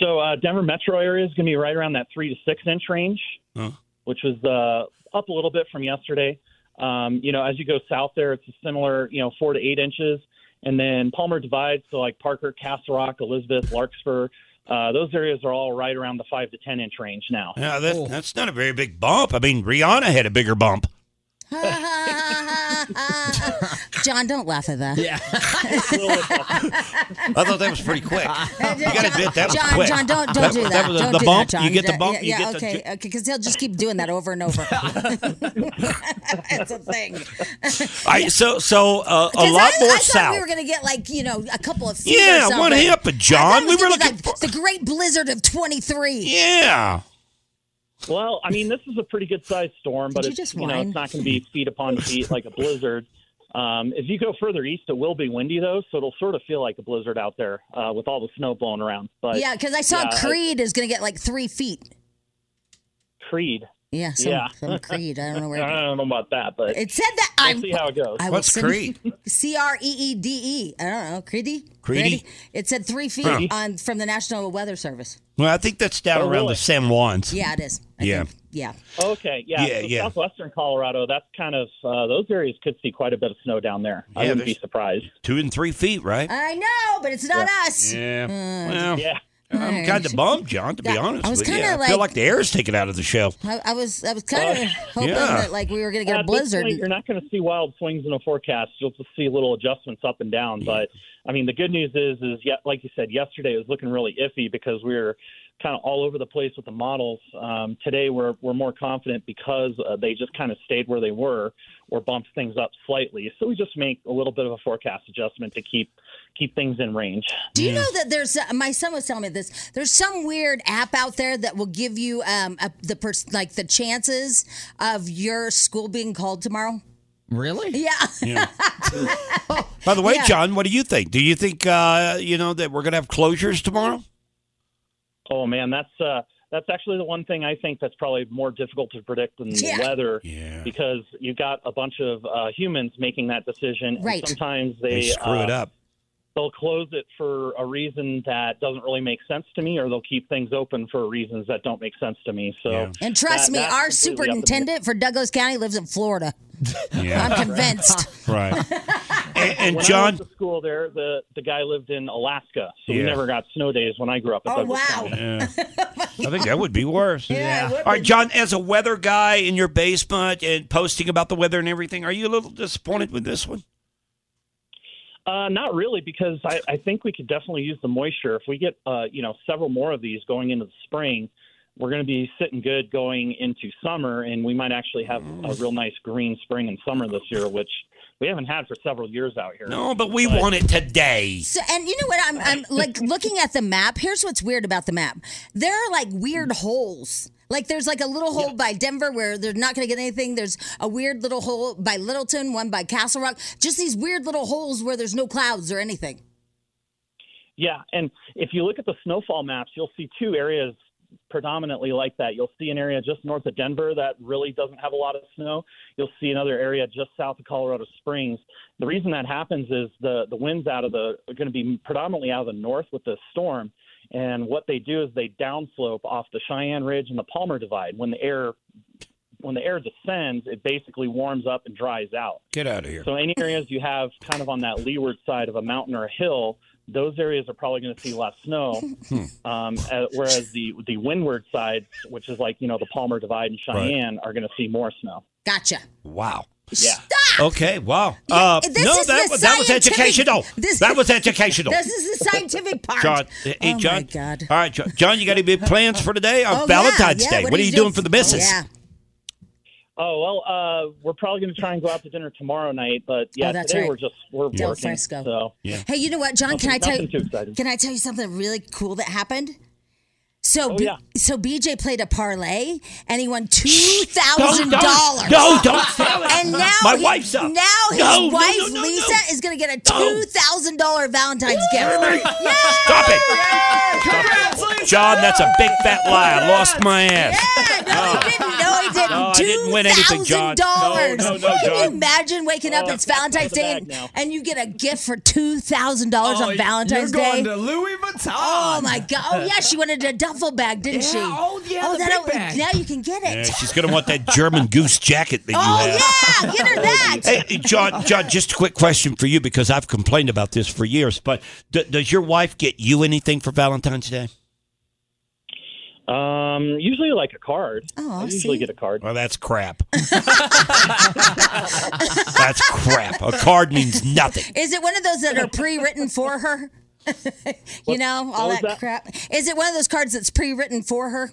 So uh, Denver metro area is going to be right around that three to six inch range, Huh. which was uh, up a little bit from yesterday. Um, you know, as you go south there, it's a similar, you know, four to eight inches. And then Palmer Divide, so like Parker, Castle Rock, Elizabeth, Larkspur, uh, those areas are all right around the five to 10 inch range now. Yeah, that's, that's not a very big bump. I mean, Rihanna had a bigger bump. John, don't laugh at that. Yeah. I thought that was pretty quick. You got to admit that was John, quick. John, don't don't That- do that. that was don't the do bump. that, John. You get the bump. Yeah, you yeah, get okay, the. okay, because he'll just keep doing that over and over. it's a thing. All right, so so uh, a Because lot I, more I thought south. we were gonna get like you know a couple of feet. or yeah, something. what happened, John? We were looking. the Great Blizzard of twenty three. Yeah. Well, I mean, this is a pretty good sized storm, but Did you it's, just you know, whine? it's not going to be feet upon feet like a blizzard. Um, if you go further east, it will be windy though, so it'll sort of feel like a blizzard out there uh, with all the snow blowing around. But yeah, because I saw yeah, Creed is gonna get like three feet. Creed. Yeah, some, yeah. some Creed. I don't know where. I don't know about that, but It said that we'll I see how it goes. I will send- C R E E D E. I don't know. Creedy? Creedy? It said three feet Huh. on from the National Weather Service. Well, I think that's down Oh, around really? the San Juans. Yeah, it is. yeah. Yeah. Okay, yeah, Yeah, so yeah. Southwestern Colorado, that's kind of uh, those areas could see quite a bit of snow down there. I Yeah, wouldn't be there's- surprised. Two and three feet, right? I know, but it's not us. Yeah. Uh, Well, yeah. I'm kind of bummed, John, to be Yeah, I honest was with you. kinda I feel like- like the air is taken out of the show. I, I was I was kind of hoping yeah. that like we were gonna get At a this blizzard. point, you're not going to see wild swings in a forecast. You'll just see little adjustments up and down. But I mean, the good news is, is yet like you said, yesterday was looking really iffy because we were kind of all over the place with the models. Um, today, we're we're more confident because uh, they just kind of stayed where they were or bumped things up slightly. So we just make a little bit of a forecast adjustment to keep keep things in range. Do you know that there's uh, my son was telling me this. There's some weird app out there that will give you um a, the pers- like the chances of your school being called tomorrow. Really? Yeah. Yeah. By the way, Yeah. John, what do you think? Do you think uh, you know that we're going to have closures tomorrow? Oh man, that's uh, that's actually the one thing I think that's probably more difficult to predict than the Yeah. weather, because you got a bunch of uh, humans making that decision, Right. and sometimes They they, screw uh, it up. They'll close it for a reason that doesn't really make sense to me, or they'll keep things open for reasons that don't make sense to me. So, And trust that- me, that's completely up our in the- superintendent for Douglas County lives in Florida. Yeah. I'm convinced. Right. and and when I John, went to school there, the the guy lived in Alaska, so Yeah. we never got snow days when I grew up. At Oh, Douglas wow. County. Yeah. I think that would be worse. Yeah. All right, John, as a weather guy in your basement and posting about the weather and everything, are you a little disappointed with this one? Uh, not really, because I, I think we could definitely use the moisture. If we get, uh, you know, several more of these going into the spring, we're going to be sitting good going into summer, and we might actually have a real nice green spring and summer this year, which we haven't had for several years out here. No, but we want it today. So, and you know what? I'm, I'm like looking at the map. Here's what's weird about the map. There are like weird holes. Like there's like a little hole by Denver where they're not going to get anything. There's a weird little hole by Littleton, one by Castle Rock. Just these weird little holes where there's no clouds or anything. Yeah, and if you look at the snowfall maps, you'll see two areas predominantly like that. You'll see an area just north of Denver that really doesn't have a lot of snow. You'll see another area just south of Colorado Springs. The reason that happens is the the winds out of the are going to be predominantly out of the north with the storm. And what they do is they downslope off the Cheyenne Ridge and the Palmer Divide. When the air when the air descends, it basically warms up and dries out. Get out of here. So any areas you have kind of on that leeward side of a mountain or a hill, those areas are probably going to see less snow. Hmm. Um, uh, whereas the the windward side, which is like you know the Palmer Divide and Right. Cheyenne, are going to see more snow. Gotcha. Wow. Yeah. Okay. Wow. Uh, this no, is that the was that was scientific- educational. this- that was educational. This is the scientific part. John, hey oh John. My God. All right, John, John, you got any big plans for today on Oh, yeah, Valentine's yeah, Day? What, are you doing, for the missus? Oh well, uh, we're probably going to try and go out to dinner tomorrow night, but yeah, Oh, that's today right. we're just we're Del working. Frisco. So yeah. Hey, you know what, John? can I Nothing- tell nothing too you? exciting. Can I tell you something really cool that happened? So, Oh, B- yeah. so BJ played a parlay and he won two thousand don't. dollars. No, don't sell it. And now My he- wife's up. Now his No, no, no, wife no, no. Lisa is going to get a two thousand dollar Valentine's gift. Stop it, John. That's a big fat lie. I lost my ass. Oh. No, he didn't. No, I didn't win anything, John. dollars. No, no, no, Can John. you imagine waking up? it's Valentine's Day, and, and you get a gift for two thousand dollars Oh, on Valentine's Oh, you're Day. going to Louis Vuitton. Oh my God! Oh yeah, she wanted a duffel bag, didn't Yeah, she? oh, yeah, the that big only- bag. now you can get Yeah, it. she's gonna want that German goose jacket that you Oh, have. yeah, get her that. Hey, John, John, just a quick question for you because I've complained about this for years. But d- does your wife get you anything for Valentine's Day? Um, usually like a card. Oh, I usually see. get a card. Well, that's crap. that's crap. A card means nothing. Is it one of those that are pre-written for her? you know, all that, crap. Is it one of those cards that's pre-written for her?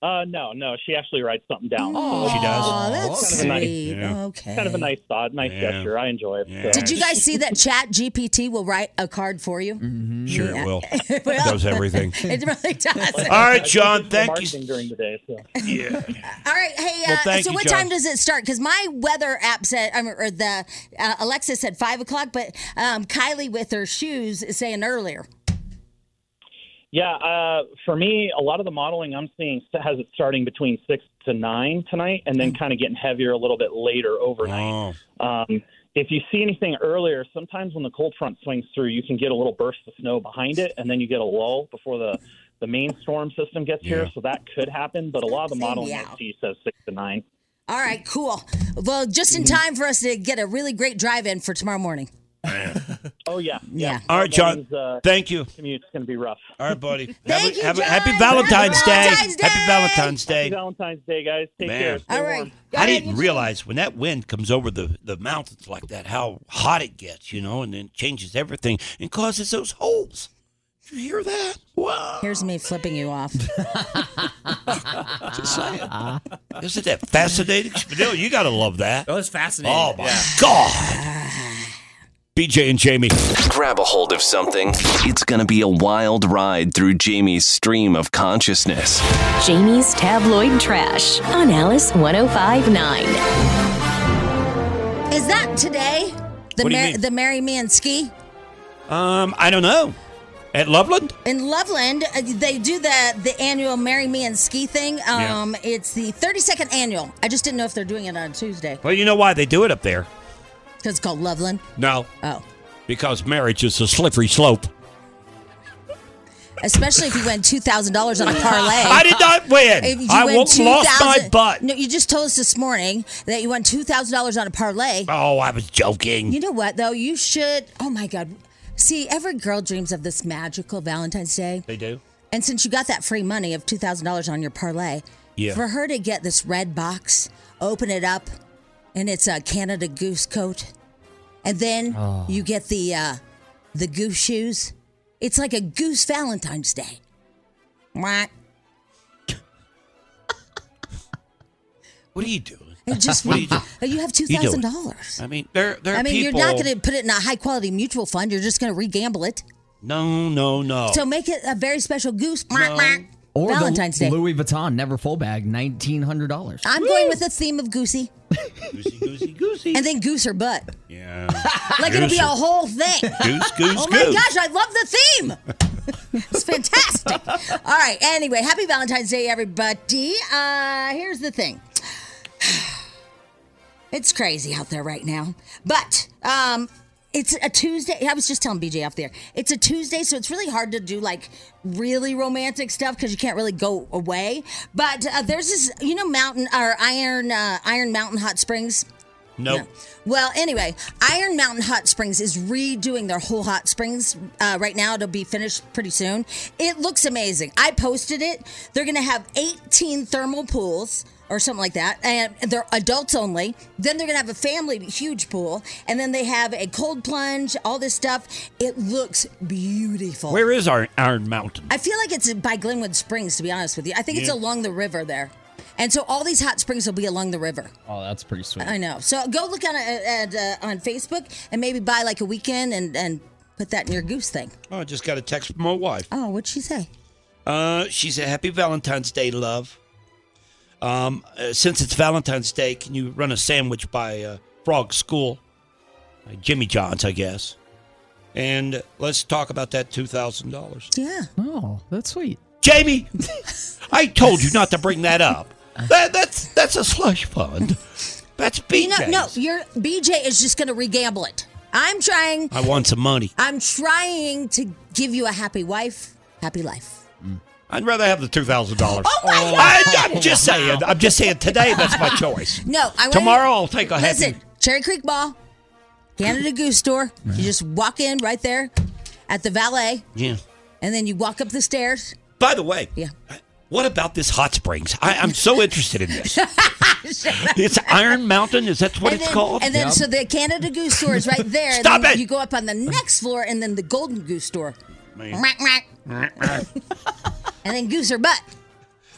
Uh, no, no, she actually writes something down. Mm. Oh, she does. Aw, that's kind Of a nice, sweet. Okay. Kind of a nice thought, nice gesture. I enjoy it. so. Did you guys see that Chat GPT will write a card for you? Sure, it will. It It does everything. It really does. All right, John. Thank you. Marketing during the day. So. Yeah. All right, hey. Well, Uh, thank so, you, what John. time does it start? Because my weather app said, I mean, or the uh, Alexa said five o'clock, but um, Kylie with her shoes is saying earlier. Yeah, uh, for me, a lot of the modeling I'm seeing has it starting between six to nine tonight, and then kind of getting heavier a little bit later Oh. overnight. Um, if you see anything earlier, sometimes when the cold front swings through, you can get a little burst of snow behind it, and then you get a lull before the the main storm system gets here. So that could happen, but a lot of the Send me modeling I out. see says six to nine. All right, cool. Well, just Mm-hmm. in time for us to get a really great drive in for tomorrow morning. Oh yeah, yeah. All right, John. Thank you. Commute's gonna be rough. All right, buddy. Thank you, have a, John. happy Valentine's Day. Valentine's Day. Happy Valentine's Day. Happy Valentine's Day, guys. Take Man. care. Stay All warm. right. I didn't realize when that wind comes over the, the mountains like that, how hot it gets, you know, and then changes everything and causes those holes. Did you hear that? Here's me flipping you off. Just saying. Isn't that fascinating? Spadil, you got to love that. That was fascinating. Oh, my God. BJ and Jamie. Grab a hold of something. It's going to be a wild ride through Jamie's stream of consciousness. Jamie's Tabloid Trash on Alice 1059. Is that today? The, What do you mar- mean? the Marry Me and Ski? Um, I don't know. At Loveland? In Loveland, uh, they do the the annual Marry Me and Ski thing. Yeah. Um, It's the 32nd annual. I just didn't know if they're doing it on Tuesday Well, you know why they do it up there? because it's called Loveland. No. Oh. Because marriage is a slippery slope. Especially if you win two thousand dollars on a parlay. I did not win. If you I win won't- lost my 2,000 butt. No, you just told us this morning that you won two thousand dollars on a parlay. Oh, I was joking. You know what though? You should. Oh my God. See, every girl dreams of this magical Valentine's Day. They do? And since you got that free money of two thousand dollars on your parlay, Yeah. for her to get this red box, open it up, and it's a Canada Goose coat, and then Oh. you get the uh, the goose shoes. It's like a goose Valentine's Day. Wah. What are you doing? It just What are you you, doing? have two You thousand doing? dollars. I mean, there, there are I mean, people. you're not going to put it in a high quality mutual fund. You're just going to regamble it. No, no, no. So make it a very special goose. Wah, wah. Or Valentine's the Day. Ah. Louis Vuitton never full bag, nineteen hundred dollars. I'm going with the theme of goosey. Goosey, goosey, goosey. And then goose or butt. yeah. Like it'll be Goose. a whole thing. Goose, goose, oh my goose. gosh, I love the theme. It's fantastic. All right. Anyway, happy Valentine's Day, everybody. Uh, here's the thing. It's crazy out there right now, but um, it's a Tuesday. I was just telling BJ off there. It's a Tuesday, so it's really hard to do like really romantic stuff because you can't really go away. But uh, there's this, you know, mountain or Iron uh, Iron Mountain Hot Springs. Nope. Well, anyway, Iron Mountain Hot Springs is redoing their whole hot springs uh, right now. It'll be finished pretty soon. It looks amazing. I posted it. They're going to have 18 thermal pools or something like that, and they're adults only. Then they're going to have a family huge pool, and then they have a cold plunge, all this stuff. It looks beautiful. Where is our Iron Mountain? I feel like it's by Glenwood Springs, to be honest with you. I think it's Yeah. along the river there. And so all these hot springs will be along the river. Oh, that's pretty sweet. I know. So go look on at, uh, on Facebook and maybe buy like a weekend and and put that in your goose thing. Oh, I just got a text from my wife. Oh, what'd she say? Uh, she said, "Happy Valentine's Day, love. Um, uh, since it's Valentine's Day, can you run a sandwich by uh, Frog School, Uh, Jimmy John's, I guess, and let's talk about that two thousand dollars." Yeah. Oh, that's sweet. Jamie, I told you not to bring that up. That, that's that's a slush fund. That's You know, BJ's. no, your BJ is just going to regamble it. I'm trying. I want some money. I'm trying to give you a happy wife, happy life. I'd rather have the two thousand dollars. Oh my God! I, am just saying. I'm just saying. Today, that's my choice. No, I want Tomorrow, I'll take a happy- listen. Cherry Creek Mall, Canada Goose Store. You just walk in right there at the valet, Yeah. and then you walk up the stairs. By the way, Yeah. what about this hot springs? I, I'm so interested in this. it's Iron Mountain. Is that what and it's then, called? And then, so the Canada Goose store is right there. and Stop then it! You go up on the next floor, and then the Golden Goose store. Man. Quack, quack. and then goose or butt.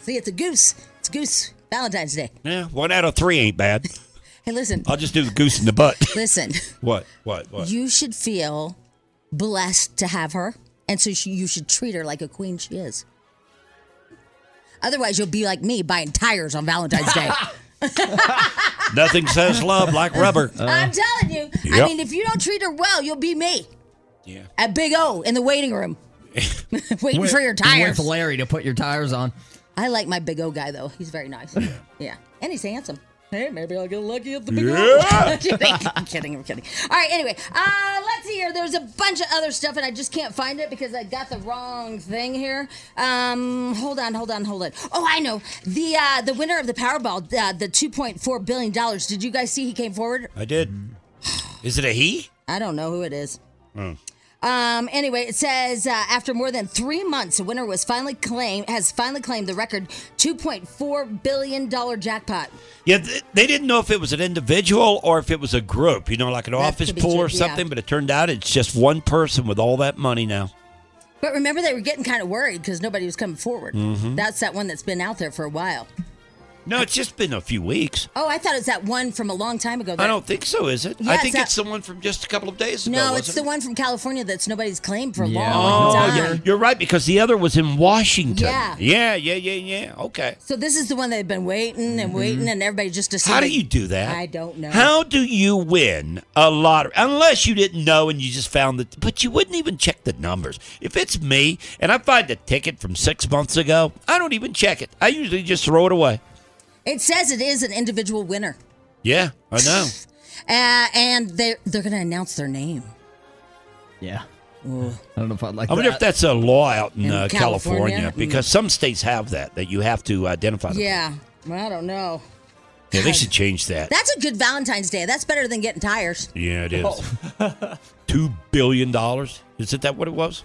See, it's a goose. It's goose. Valentine's Day. yeah, one out of three ain't bad. Hey, listen. I'll just do the goose in the butt. Listen. What? What? What? You should feel blessed to have her, and so she, you should treat her like a queen she is. Otherwise, you'll be like me buying tires on Valentine's Day. Nothing says love like rubber. I'm telling you. I Yep. mean, if you don't treat her well, you'll be me. Yeah. At Big O in the waiting room, waiting for your tires. With Larry to put your tires on. I like my Big O guy though. He's very nice. yeah, and he's handsome. Hey, maybe I'll get lucky at the Big O. Yeah. I'm kidding. I'm kidding. I'm kidding. All right. Anyway, uh, let's see here. There's a bunch of other stuff, and I just can't find it because I got the wrong thing here. Um, hold on, hold on, hold on. Oh, I know. The uh, the winner of the Powerball, uh, the 2.4 billion dollars. Did you guys see he came forward? I did. Is it a he? I don't know who it is. Oh. Um, anyway, it says uh, after more than three months, the winner was finally claimed has finally claimed the record two point four billion dollar jackpot. Yeah, th- they didn't know if it was an individual or if it was a group, you know, like an office could be pool true, or yeah. something, but it turned out it's just one person with all that money now. But remember, they were getting kind of worried because nobody was coming forward. Mhm. That's that one that's been out there for a while. No, it's just been a few weeks. Oh, I thought it was that one from a long time ago. I that- don't think so, is it? Yeah, I it's think that- it's the one from just a couple of days ago. No, wasn't it's it? the one from California that's nobody's claimed for a long Oh, time. you're, you're right because the other was in Washington. Yeah. yeah, yeah, yeah, yeah. Okay. So this is the one they've been waiting and waiting, and everybody just decided. Mm-hmm. How do you do that? I don't know. How do you win a lottery? Unless you didn't know and you just found that, but you wouldn't even check the numbers. If it's me and I find a ticket from six months ago, I don't even check it. I usually just throw it away. It says it is an individual winner. Yeah, I know. Uh, and they're they're gonna announce their name. Yeah. I don't know if I'd like I wonder if that. that's a law out in, In uh, California, California? because some states have that that you have to identify. Them. Mm. Yeah, well, I don't know. Yeah, they should change that. That's a good Valentine's Day. That's better than getting tires. Yeah, it is. Two billion dollars. Isn't that what it was?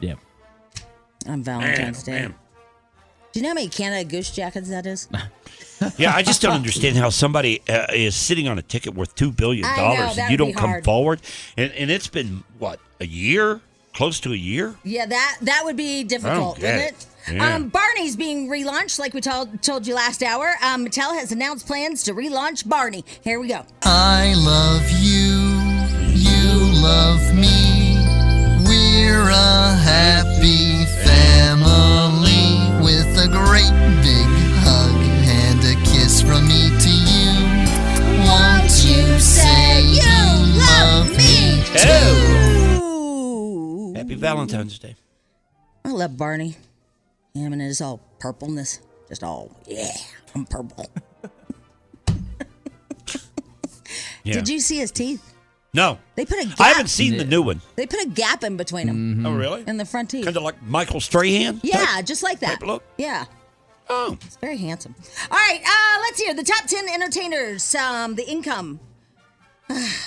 Yeah. On Valentine's Day. Do you know how many Canada Goose jackets that is? Yeah, I just don't understand how somebody uh, is sitting on a ticket worth two billion I know, dollars and that you would be don't come hard. forward. And and it's been what a year, close to a year. Yeah, that that would be difficult, get wouldn't it? it. Yeah. Um, Barney's being relaunched, like we told told you last hour. Um, Mattel has announced plans to relaunch Barney. Here we go. I love you, you love me. We're a happy family with a great big hug and a kiss from me to you. Won't you say you love me Oh. Happy Valentine's Day. I love Barney. Him and his all purpleness, just all yeah, I'm purple. Yeah. Did you see his teeth? No, They put a gap. I haven't seen the new one. They put a gap in between them. Mhm. Oh, really? In the front teeth. Kind of like Michael Strahan. Yeah, just like that. look. Yeah. Oh. He's very handsome. All right, uh, let's hear the top 10 entertainers, um, the income.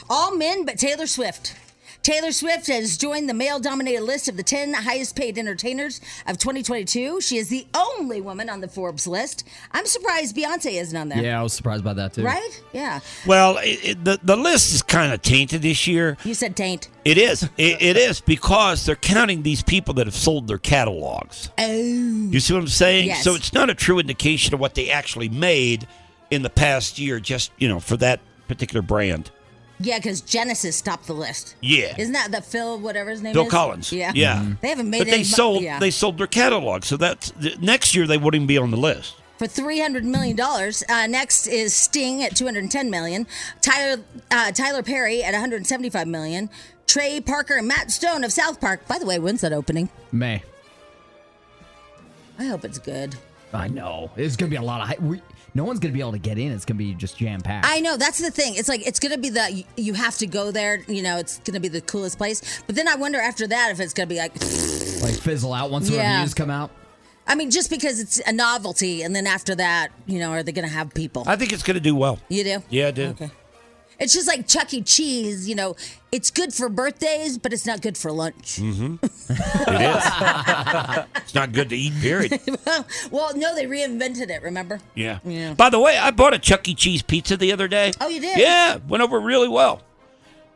All men but Taylor Swift. Taylor Swift has joined the male dominated list of the 10 highest paid entertainers of 2022. She is the only woman on the Forbes list. I'm surprised Beyonce isn't on there. Yeah, I was surprised by that too. Right? Yeah. Well, it, it, the the list is kind of tainted this year. You said taint. It is. It, it is because they're counting these people that have sold their catalogs. Oh. You see what I'm saying? Yes. So it's not a true indication of what they actually made in the past year, just you know, for that particular brand. Yeah, because Genesis stopped the list. Yeah. Isn't that the Phil, whatever his name Bill is? Collins. Yeah. Yeah. They haven't made But they any mo- sold yeah. they sold their catalog, so that's th- next year they wouldn't be on the list. for three hundred million dollars. Uh, next is Sting at two hundred and ten million. Tyler uh, Tyler Perry at one hundred and seventy five million. Trey Parker and Matt Stone of South Park. By the way, when's that opening? May. I hope it's good. I know. It's going to be a lot of hype. We, no one's going to be able to get in. It's going to be just jam packed. I know that's the thing. It's like it's gonna be the you- you have to go there. You know, it's gonna be the coolest place. But then I wonder after that if it's gonna be like. Like fizzle out once the Yeah. reviews come out. I mean, just because it's a novelty, and then after that, you know, are they gonna have people? I think it's going to do well. You do? Yeah, I do. Okay. It's just like Chuck E. Cheese, you know, it's good for birthdays, but it's not good for lunch. Mm-hmm. it is. it's not good to eat. Period. well, no, they reinvented it, remember? Yeah. Yeah. By the way, I bought a Chuck E. Cheese pizza the other day. Oh, you did? Yeah, went over really well.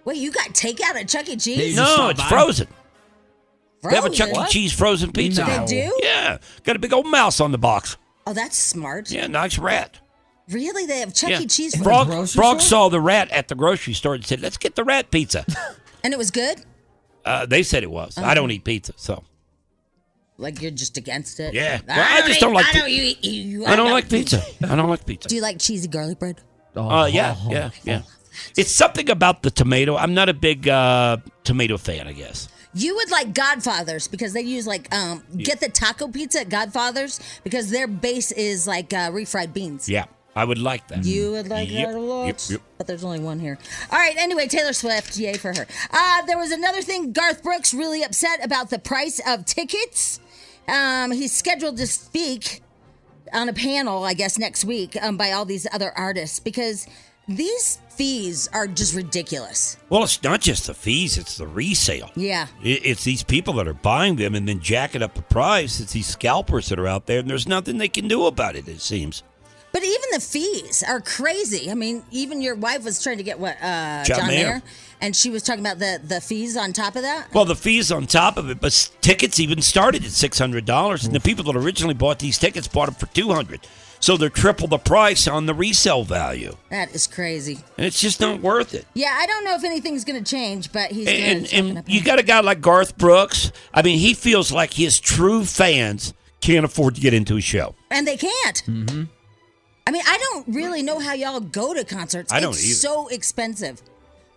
Wait, you got takeout at Chuck E. Cheese? no, it's frozen. They have a Chuck Frozen? E. Cheese frozen pizza. They do? Yeah, got a big old mouse on the box. Oh, that's smart. Yeah, nice rat. Really? They have Chuck yeah. E. Cheese Frog, Frog saw the rat at the grocery store and said, "Let's get the rat pizza." And it was good? uh, they said it was. I Oh. don't eat pizza, so Like you're just against it? yeah. Well, I, just don't like. I pi- don't, eat, you, you- I don't like pizza. I don't like pizza. Do you like cheesy garlic bread? Oh, yeah, yeah, yeah. It's something about the tomato. I'm not a big uh, tomato fan, I guess. You would like Godfather's because they use like um get the taco pizza at Godfather's because their base is like uh, refried beans. Yeah, I would like that. You would like Yep, that a lot, yep, yep. but there's only one here. All right. Anyway, Taylor Swift, yay for her. Uh, there was another thing. Garth Brooks really upset about the price of tickets. Um, he's scheduled to speak on a panel, I guess, next week um, by all these other artists because these fees are just ridiculous. Well, it's not just the fees; it's the resale. Yeah. It, it's these people that are buying them and then jacking up the price. It's these scalpers that are out there, and there's nothing they can do about it. It seems. But even the fees are crazy. I mean, even your wife was trying to get what uh, John John, Mayer. Mayer. and she was talking about the the fees on top of that. Well, the fees on top of it, but s- tickets even started at six hundred dollars, and the people that originally bought these tickets bought them for two hundred, so they're triple the price on the resale value, That is crazy. and it's just not worth it. Yeah, I don't know if anything's going to change, but he's going and, to. and you got a guy like Garth Brooks. I mean, he feels like his true fans can't afford to get into a show. And they can't. Mm-hmm. I mean, I don't really know how y'all go to concerts. I don't it's either. so expensive.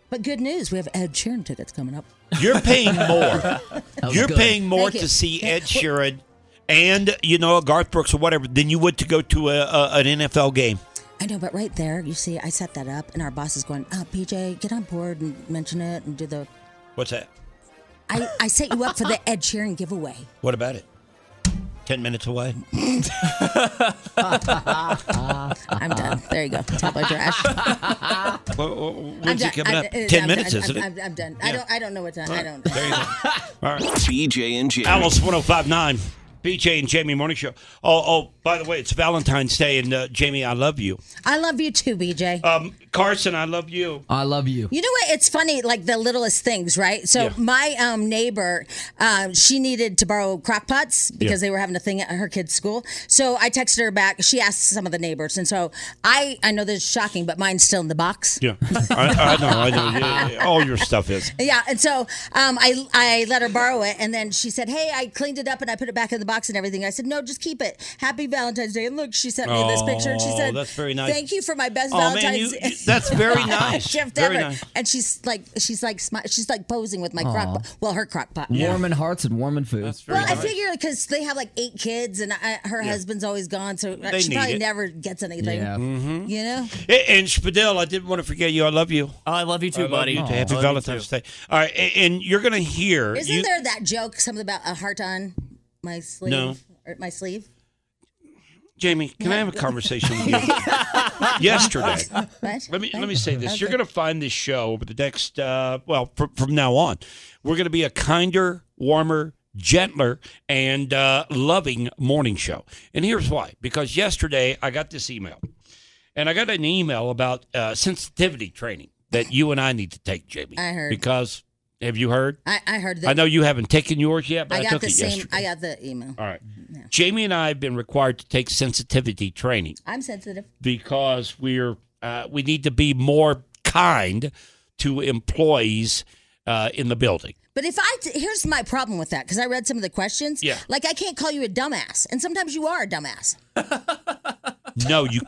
But good news, we have Ed Sheeran tickets coming up. You're paying more. was You're good. paying more Thank to you. see Ed Well- Sheeran and you know Garth Brooks or whatever than you would to go to a, a an NFL game. I know, but right there, you see, I set that up, and our boss is going, "Oh, PJ, get on board and mention it and do the." What's that? I I set you up for the Ed Sheeran giveaway. What about it? Ten minutes away. I'm done. There you go. Top of trash. Well, well, I'm When's done. it coming I'm- up? uh, 10 I'm minutes, done. isn't it? I'm, I'm, I'm done. I don't. I don't know what time. I don't. There you go. All right. BJ and Jamie. Alice 1059. BJ and Jamie Morning Show. Oh, oh, by the way, it's Valentine's Day, and uh, Jamie, I love you. I love you too, BJ. Um, Carson, I love you. I love you. You know what? It's funny, like the littlest things, right? So Yeah. my um, neighbor, um, she needed to borrow crock pots because Yeah. they were having a thing at her kid's school. So I texted her back. She asked some of the neighbors, and so I I know this is shocking, but mine's still in the box. Yeah, I, I know, I know. Yeah, yeah. All your stuff is. Yeah, and so um, I I let her borrow it, and then she said, "Hey, I cleaned it up and I put it back in the box and everything." I said, "No, just keep it. Happy Valentine's Day." And look, she sent me this picture, and she Oh, said, that's very nice. Thank you for my best Oh, man, Valentine's." you- you- that's very nice. gift Very ever." nice. And she's like, she's like, smi- she's like posing with my crock Aw. pot. Well, her crock pot. Warming hearts and warming food. Well, I figure because they have like eight kids, and I, her husband's always gone, so uh, They she need probably it. never gets anything. Yeah. Mhm. You know. A- And Spadil, I didn't want to forget you. I love you. Oh, I love you too, I love buddy. you too. Happy Love you Valentine's Day. All right, a- and, you're gonna hear. Isn't you- there that joke, something about a heart on my sleeve? No. Or my sleeve? Jamie, can I have a conversation with you? Yesterday, What? let me let me say this: you're going to find this show over the next, uh, well, fr- from now on, we're going to be a kinder, warmer, gentler, and uh, loving morning show. And here's why: because yesterday I got this email, and I got an email about uh, sensitivity training that you and I need to take, Jamie. I heard. because have you heard? I, I heard that. I know you haven't taken yours yet, but I, I got took the it same. yesterday. I got the email. All right. Jamie and I have been required to take sensitivity training I'm sensitive. because we're uh, we need to be more kind to employees uh, in the building. But if I t- here's my problem with that because I read some of the questions. Yeah. Like I can't call you a dumbass, and sometimes you are a dumbass. No, you.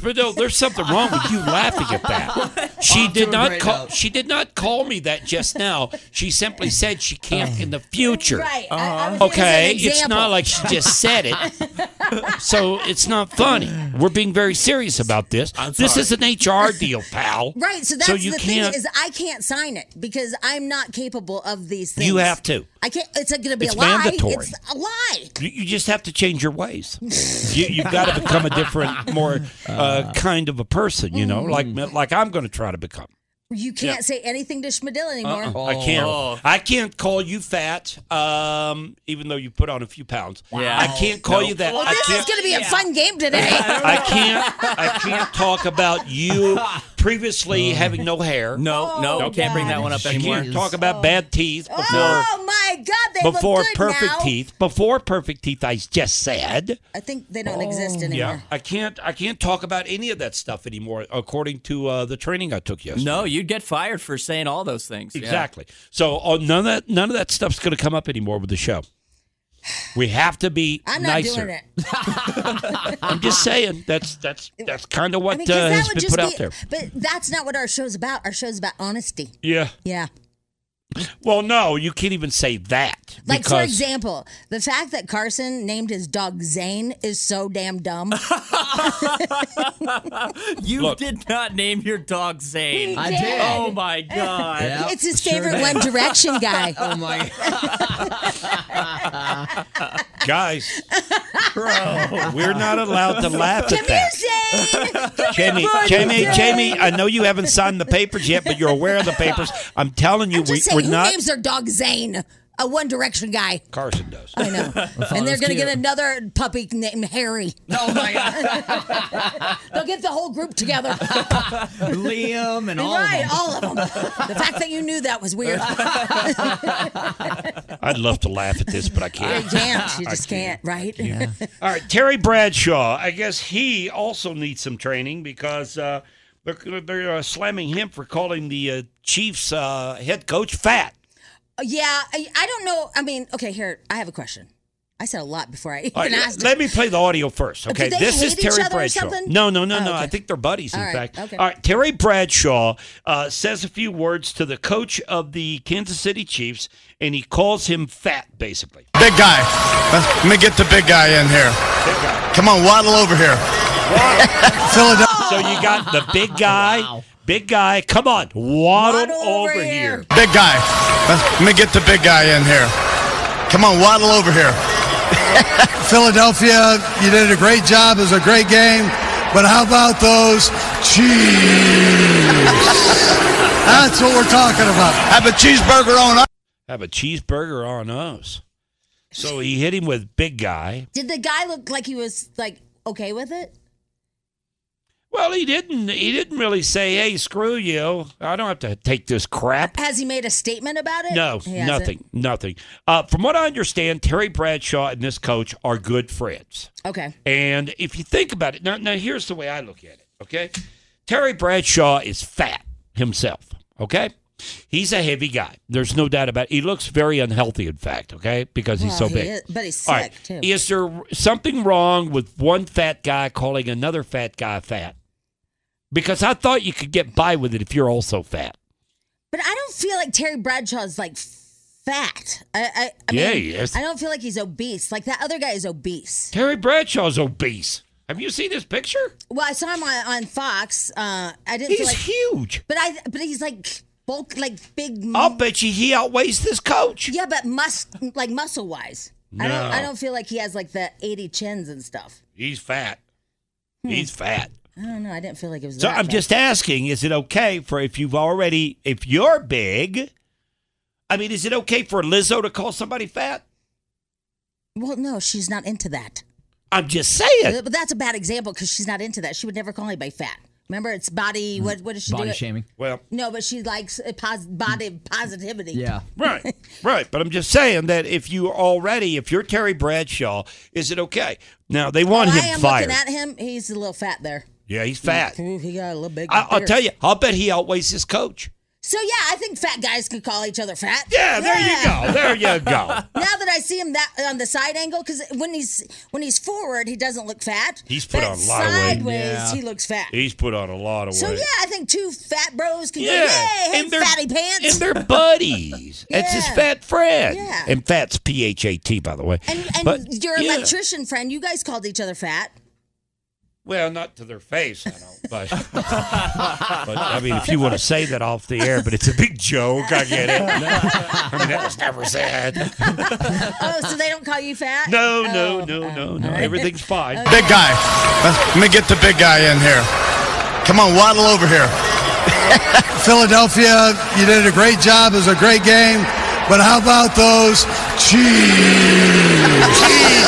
But no, there's something wrong with you laughing at that. She Off to did a not great call. She did not call me that just now. She simply said she can't in the future. Right. I- I was giving Uh-huh. okay. an It's not example. like she just said it. So it's not funny. We're being very serious about this. This sorry. is an HR deal, pal. Right. So that's you the can't. thing is I can't sign it because I'm not capable of these things. you have to. I can't. It's going to be It's a lie. mandatory. It's a lie. You- You just have to change your ways. you, you've got to become a different, more uh, kind of a person. You know, like Mm. like I'm going to try to become. You can't say anything to Schmidl anymore. Uh-uh. Oh, I can't. I can't call you fat, um, even though you put on a few pounds. Yeah. I can't call No. you that. Well, I This can't, is going to be a fun game today. I can't. I can't talk about you previously having no hair. No, no, Oh, can't bring that one up You anymore. can't talk about bad teeth before oh my God! They before look good perfect now. teeth. Before perfect teeth, I just said. I think they don't Oh. exist anymore. I can't. I can't talk about any of that stuff anymore. According to uh, the training I took yesterday. No, you'd get fired for saying all those things. Yeah. Exactly. So oh, none of that none of that stuff's going to come up anymore with the show. We have to be I'm not nicer. doing it. Uh-huh. I'm just saying that's that's that's kind of I what mean, 'cause uh, that has would been just put be, out there. But that's not what our show's about. Our show's about honesty. Yeah. Yeah. Well, no, you can't even say that. Like for because- example, the fact that Carson named his dog Zane is so damn dumb. You did not name your dog Zane. He I did. did. Oh my god. Oh, it's his favorite One Direction guy. Oh my guys, we're not allowed to laugh at that. Jamie, Jamie, Jamie, I know you haven't signed the papers yet, but you're aware of the papers. I'm telling you, we, Just say we're who not. names their dog Zane? A One Direction guy. Carson does. I know. and they're going to get another puppy named Harry. Oh my God. They'll get the whole group together. Liam and all right, of them. all of them. The fact that you knew that was weird. I'd love to laugh at this, but I can't. You can't. You I just can't, right? All right, Terry Bradshaw. I guess he also needs some training because uh, they're, they're uh, slamming him for calling the uh, Chiefs uh, head coach fat. Yeah, I, I don't know. I mean, okay, here, I have a question. I said a lot before I even All right, asked. let me play the audio first, Do okay? they This is hate each Terry other or Bradshaw. something? No, no, no, Oh, no. I okay. think they're buddies, in All right, fact. okay. All right, Terry Bradshaw uh, says a few words to the coach of the Kansas City Chiefs, and he calls him fat, basically. Big guy. Let me get the big guy in here. Come on, waddle over here. Philadelphia. So you got the big guy, big guy. Come on, waddle, over, here. Big guy. Let me get the big guy in here. Come on, waddle over here. Philadelphia, you did a great job. It was a great game. But how about those cheese? That's what we're talking about. Have a cheeseburger on. Have a cheeseburger on us. So he hit him with big guy. Did the guy look like he was like okay with it? Well, he didn't. He didn't really say, "Hey, screw you. I don't have to take this crap." Has he made a statement about it? No, He hasn't. nothing, nothing. Uh, from what I understand, Terry Bradshaw and this coach are good friends. Okay. And if you think about it, now, now here's the way I look at it, okay? Terry Bradshaw is fat himself, okay? He's a heavy guy. There's no doubt about it. He looks very unhealthy, in fact, okay? Because he's so Well, he big. is- but he's All right. sick, too. Is there something wrong with one fat guy calling another fat guy fat? Because I thought you could get by with it if you're also fat. But I don't feel like Terry Bradshaw's like fat. I, I, I Yeah, mean, he is. I don't feel like he's obese. Like that other guy is obese. Terry Bradshaw's obese. Have you seen his picture? Well, I saw him on, on Fox. Uh, I didn't. He's feel like, huge. But I. But he's like bulk, like big. I'll bet you he outweighs this coach. Yeah, but mus like muscle wise. I don't. I No. don't feel like he has like the eighty chins and stuff. He's fat. Hmm. He's fat. I don't know. I didn't feel like it was. So that I'm bad. just asking, is it okay for if you've already if you're big? I mean, is it okay for Lizzo to call somebody fat? Well, no, she's not into that. I'm just saying. But that's a bad example because she's not into that. She would never call anybody fat. Remember, it's body. What? What does she do? Mm-hmm. Body it- shaming. Well- no, but she likes uh, pos- body positivity. Right. Right. But I'm just saying that if you already if you're Terry Bradshaw, is it okay? Now they want I him am fired. looking at him. He's a little fat there. yeah, he's fat. Ooh, He got a little big. I, I'll beard. tell you, I'll bet he outweighs his coach. So yeah, I think fat guys could call each other fat. Yeah, there you go. There you go. now that I see him that on the side angle, because when he's when he's forward, he doesn't look fat. He's put But on a lot of weight. Sideways, Yeah. he looks fat. He's put on a lot of So weight. yeah, I think two fat bros can Yeah, go, yay, hey, and they're- fatty pants. And they're buddies. That's his Yeah. fat friend. Yeah. And fat's P H A T, by the way. And, and But, your yeah. electrician friend, you guys called each other fat. Well, not to their face, I don't. But, but, I mean, if you want to say that off the air, but it's a big joke. I get it. I mean, that was never said. oh, so they don't call you fat? No, no, no, no, no. Everything's fine. Big guy. Let me get the big guy in here. Come on, waddle over here. Philadelphia, you did a great job. It was a great game. But how about those cheese?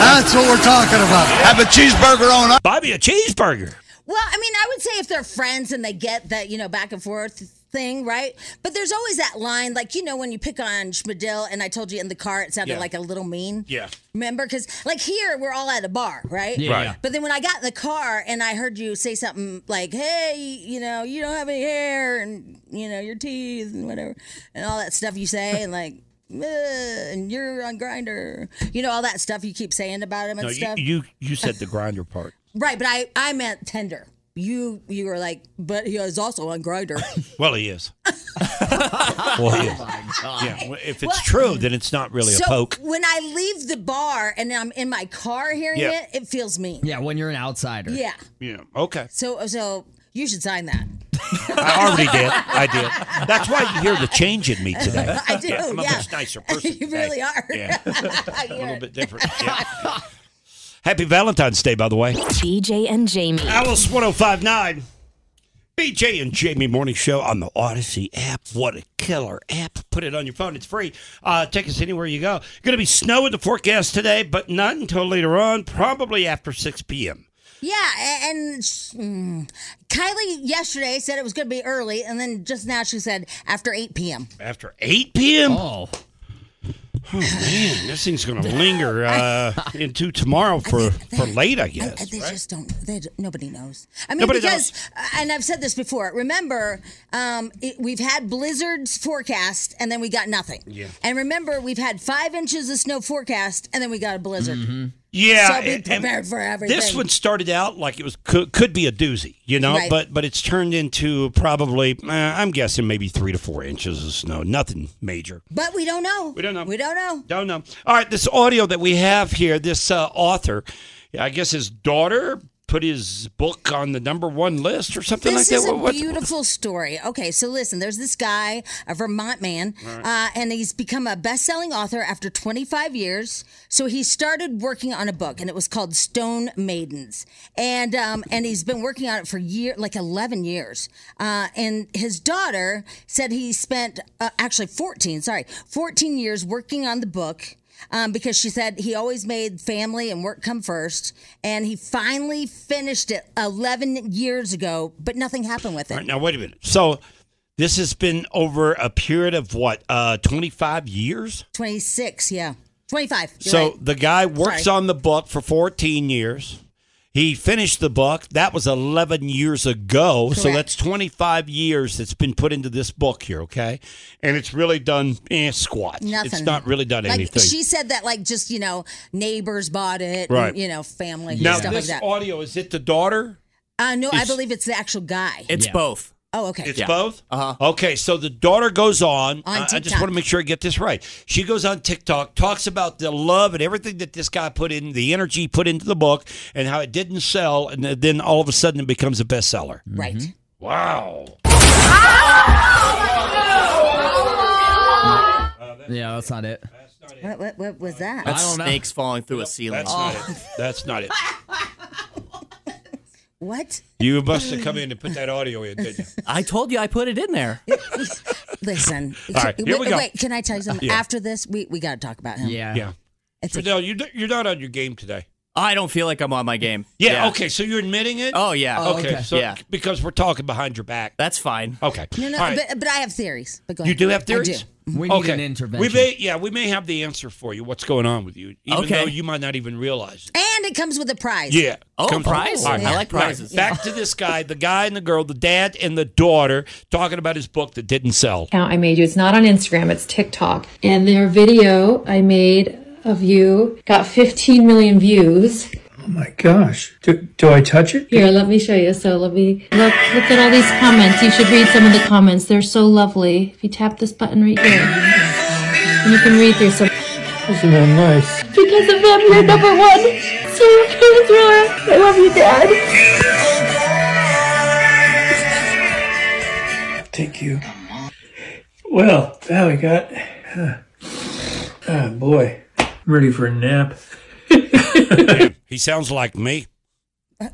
That's what we're talking about. Have a cheeseburger on. Bobby, a cheeseburger. Well, I mean, I would say if they're friends and they get that, you know, back and forth thing, right? But there's always that line, like, you know, when you pick on Schmidil, and I told you in the car, it sounded Yeah. like a little mean. Yeah. Remember? Because, like, here, we're all at a bar, right? Yeah, Right. yeah. But then when I got in the car and I heard you say something like, hey, you know, you don't have any hair and, you know, your teeth and whatever, and all that stuff you say, and like, "Ugh," and you're on grinder, you know, all that stuff you keep saying about him and No, you, stuff. you you said the grinder part. Right, but I I meant Tinder. You you were like, but he is also on Grinder. Well, he is. well, he is. Yeah, well, if it's Well- true, then it's not really so a poke. when I leave the bar and I'm in my car hearing Yeah. it, it feels mean. Yeah, when you're an outsider. Yeah. Yeah. Okay. So so you should sign that. I already did. I did. That's why you hear the change in me today. I do. I'm a yeah. much nicer person. you today. really are. Yeah. a little bit different. Yeah. Happy Valentine's Day, by the way. BJ and Jamie. Alice 1059. BJ and Jamie Morning Show on the Odyssey app. What a killer app. Put it on your phone. It's free. Uh, take us anywhere you go. Going to be snow in the forecast today, but not until later on, probably after 6 p.m. Yeah, a- and mm, Kylie yesterday said it was going to be early, and then just now she said after 8 p.m. After 8 p.m.? Oh. man, this thing's going to linger uh, into tomorrow for, for late, I guess. They just don't. They don't- nobody knows. I mean, Nobody because uh, and I've said this before. Remember, um, it, we've had blizzards forecast, and then we got nothing. Yeah. And remember, we've had five inches of snow forecast, and then we got a blizzard. Mm-hmm. Yeah, So be and- prepared for everything. This one started out like it was could, could be a doozy, you know, Right. but but it's turned into probably eh, I'm guessing maybe three to four inches of snow, nothing major. But we don't know. We don't know. We don't know. Don't know. All right, this audio that we have here, this uh, author, I guess his daughter put his book on the number one list or something This like is that. a What- what- beautiful story. Okay, so listen, there's this guy, a Vermont man, All right. uh, and he's become a best-selling author after 25 years. So he started working on a book, and it was called Stone Maidens, and um, and he's been working on it for year, like 11 years. Uh, and his daughter said he spent uh, actually 14, sorry, 14 years working on the book um, because she said he always made family and work come first, and he finally finished it 11 years ago, but nothing happened with it. All right, now wait a minute. So this has been over a period of what uh, 25 years. 26, yeah. 25. you're So right. the guy works Sorry. on the book for 14 years. He finished the book. That was 11 years ago. So Correct. that's 25 years that's been put into this book here, okay? And it's really done eh, squat. Nothing. It's not really done like, anything. She said that, like, just, you know, neighbors bought it, and, Right. you know, family, now, and stuff this like that. audio, is it the daughter? uh, no, I is- believe it's the actual guy. both. Oh, okay. It's both? Uh-huh. Okay, so the daughter goes on. On I- I just TikTok. want to make sure I get this right. She goes on TikTok, talks about the love and everything that this guy put in, the energy he put into the book, and how it didn't sell. And then all of a sudden it becomes a bestseller. Right. Wow. Yeah, that's not it. What, what, what was that? That's snakes falling through a ceiling. That's Oh. not it. That's not it. What? You must have come in and put that audio in, didn't you? I told you I put it in there. Listen. All right, here wait, we go. wait, can I tell you something? Yeah. After this, we, we got to talk about him. Yeah. It's Fidel, you d- you're not on your game today. I don't feel like I'm on my game. Yeah, okay, so you're admitting it? Oh yeah. okay. So yeah. because we're talking behind your back. That's fine. Okay. No, no, All right. but, but I have theories. But go You ahead. do have I theories? We need okay. an We intervention. may, yeah, we may have the answer for you. What's going on with you? Even Okay. though you might not even realize. It. And it comes with a prize. Yeah. Oh, Comes- prize? All I like All prizes. Back to this guy, the guy and the girl, the dad and the daughter talking about his book that didn't sell. account I made you. It's not on Instagram, it's TikTok. And their video I made of you got 15 million views. My gosh. Do, do I touch it? Here, let me show you. So let me look look at all these comments. You should read some of the comments. They're so lovely. If you tap this button right here, and you can read through some Isn't that nice? Because of them, you're number one. So you're a thriller. I love you, Dad. Thank you. Well, now we got. Huh. Oh, boy. I'm ready for a nap. He sounds like me. Why,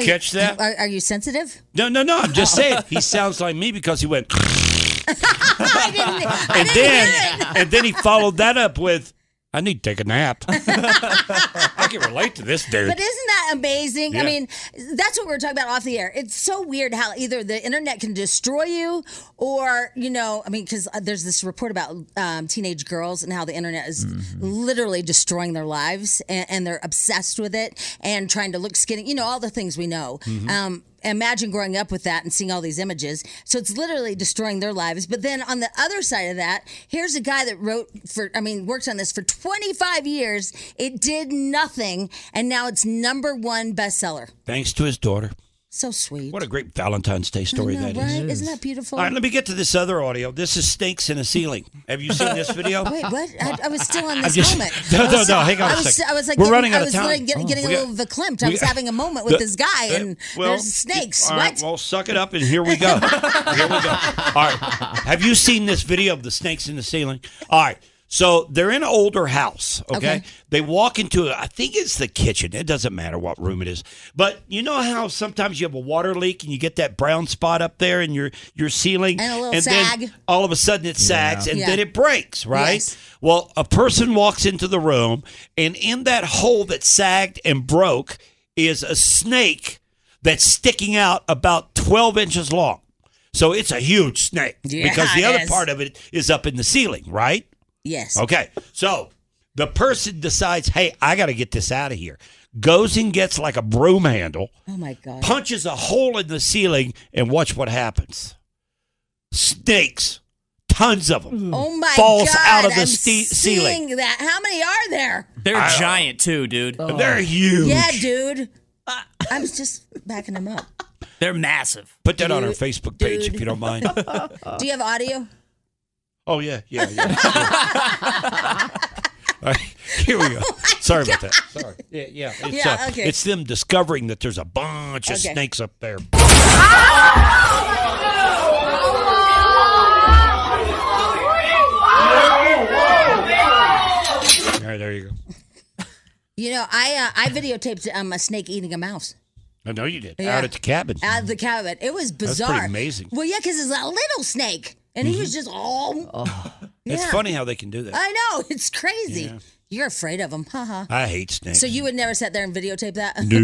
you catch that? Are, are you sensitive? No, no, no. I'm just saying he sounds like me because he went I didn't, I and didn't hear then and then he followed that up with I need to take a nap. I can relate to this it. dude. But isn't that amazing? Yeah. I mean, that's what we were talking about off the air. It's so weird how either the internet can destroy you, or you know, I mean, because there's this report about um, teenage girls and how the internet is literally destroying their lives, and, and they're obsessed with it and trying to look skinny. You know, all the things we know. Mhm. Um, imagine growing up with that and seeing all these images. So it's literally destroying their lives. But then on the other side of that, here's a guy that wrote for, I mean, worked on this for 25 years. It did nothing. And now it's number one bestseller. Thanks to his daughter. So sweet. What a great Valentine's Day story I know, that is. right? Isn't that beautiful? All right, let me get to this other audio. This is snakes in a ceiling. Have you seen this video? Wait, what? I, I was still on I this just- moment. No, I no, was- no, hang on I a was, second. I was like, We're getting, running out I of was time. Like, getting, Oh. getting We a got- little verklempt. I we was got- having a moment with Uh, this guy, uh, and well, there's snakes. All what? right, well, suck it up, and here we go. here we go. All right. Have you seen this video of the snakes in the ceiling? All right. So they're in an older house, okay? Okay. They walk into, a, I think it's the kitchen. It doesn't matter what room it is. But you know how sometimes you have a water leak and you get that brown spot up there in your, your ceiling? And a little Then sag. all of a sudden it sags and Yeah. then it breaks, right? Well, a person walks into the room, and in that hole that sagged and broke is a snake that's sticking out about 12 inches long. So it's a huge snake Yeah, because the it other is. part of it is up in the ceiling, right? Yes. Okay. So the person decides, hey, I got to get this out of here. Goes and gets like a broom handle, oh my god. punches a hole in the ceiling, and watch what happens. Snakes, tons of them, Oh my falls god. out of the I'm ste- ceiling. Seeing that. How many are there? They're I- Uh, giant too, dude. They're huge. Yeah, dude. I was just backing him up. They're massive. Put that on our Dude, Facebook page if you don't mind. Do you have audio? oh yeah, yeah, yeah. All right, here we go. Sorry about that. Sorry. Yeah, yeah. It's, Oh Yeah, uh, okay. it's them discovering that there's a bunch of Okay. snakes up there. All right, there you go. You know, I uh, I videotaped um, a snake eating a mouse I know you did. Yeah. Out at the cabin. out of the cabin. It was That's bizarre. pretty amazing. Mm-hmm. Well, yeah, because it's a little snake, and he was just oh, Oh. It's Yeah. Uh, funny how they can do that. I know it's crazy. Yeah. You're afraid of him, haha. I hate snakes. So you would never sit there and videotape that? No,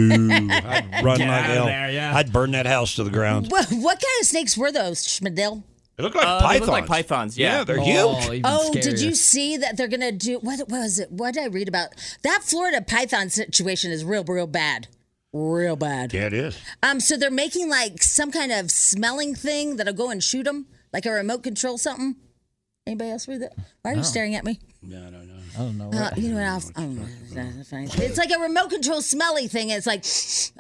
I'd run Get like out of hell. there, yeah. I'd burn that house to the ground. what, what kind of snakes were those, Schmidl? They look like Uh, pythons. they look like pythons, yeah. they're Oh, huge. Oh, did you see that they're gonna do? What was it? What did I read about? That Florida python situation is real, real bad. Real bad. Yeah, it is. Um, so they're making like some kind of smelling thing that'll go and shoot them, like a remote control something. Anybody else read that? Why are No. you staring at me? I don't know. Uh, you know what else? Oh, no, that's fine. It's like a remote control smelly thing. It's like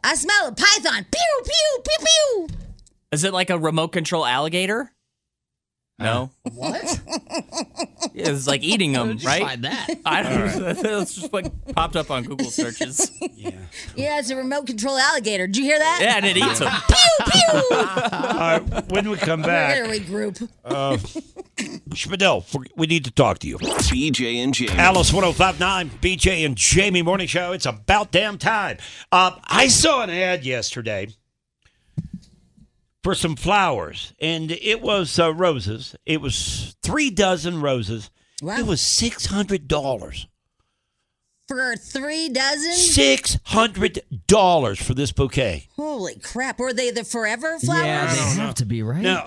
I smell a python. Pew pew pew pew. Is it like a remote control alligator? No. What? Yeah, it's like eating them, Where'd you right? find that? I don't. All right. That's just what popped up on Google searches. Yeah, it's a remote control alligator. Did you hear that? Yeah, and it eats 'em. Pew pew. All right, when we come We're back, gonna regroup. uh, Schmidl, we- we need to talk to you. BJ and Jamie. Alice 1059, BJ and Jamie Morning Show. It's about damn time. Uh, I saw an ad yesterday for some flowers, and it was uh, roses. It was three dozen roses. It was $600. For three dozen? $600 for this bouquet. Holy crap. Were they the forever flowers? to be right. Now,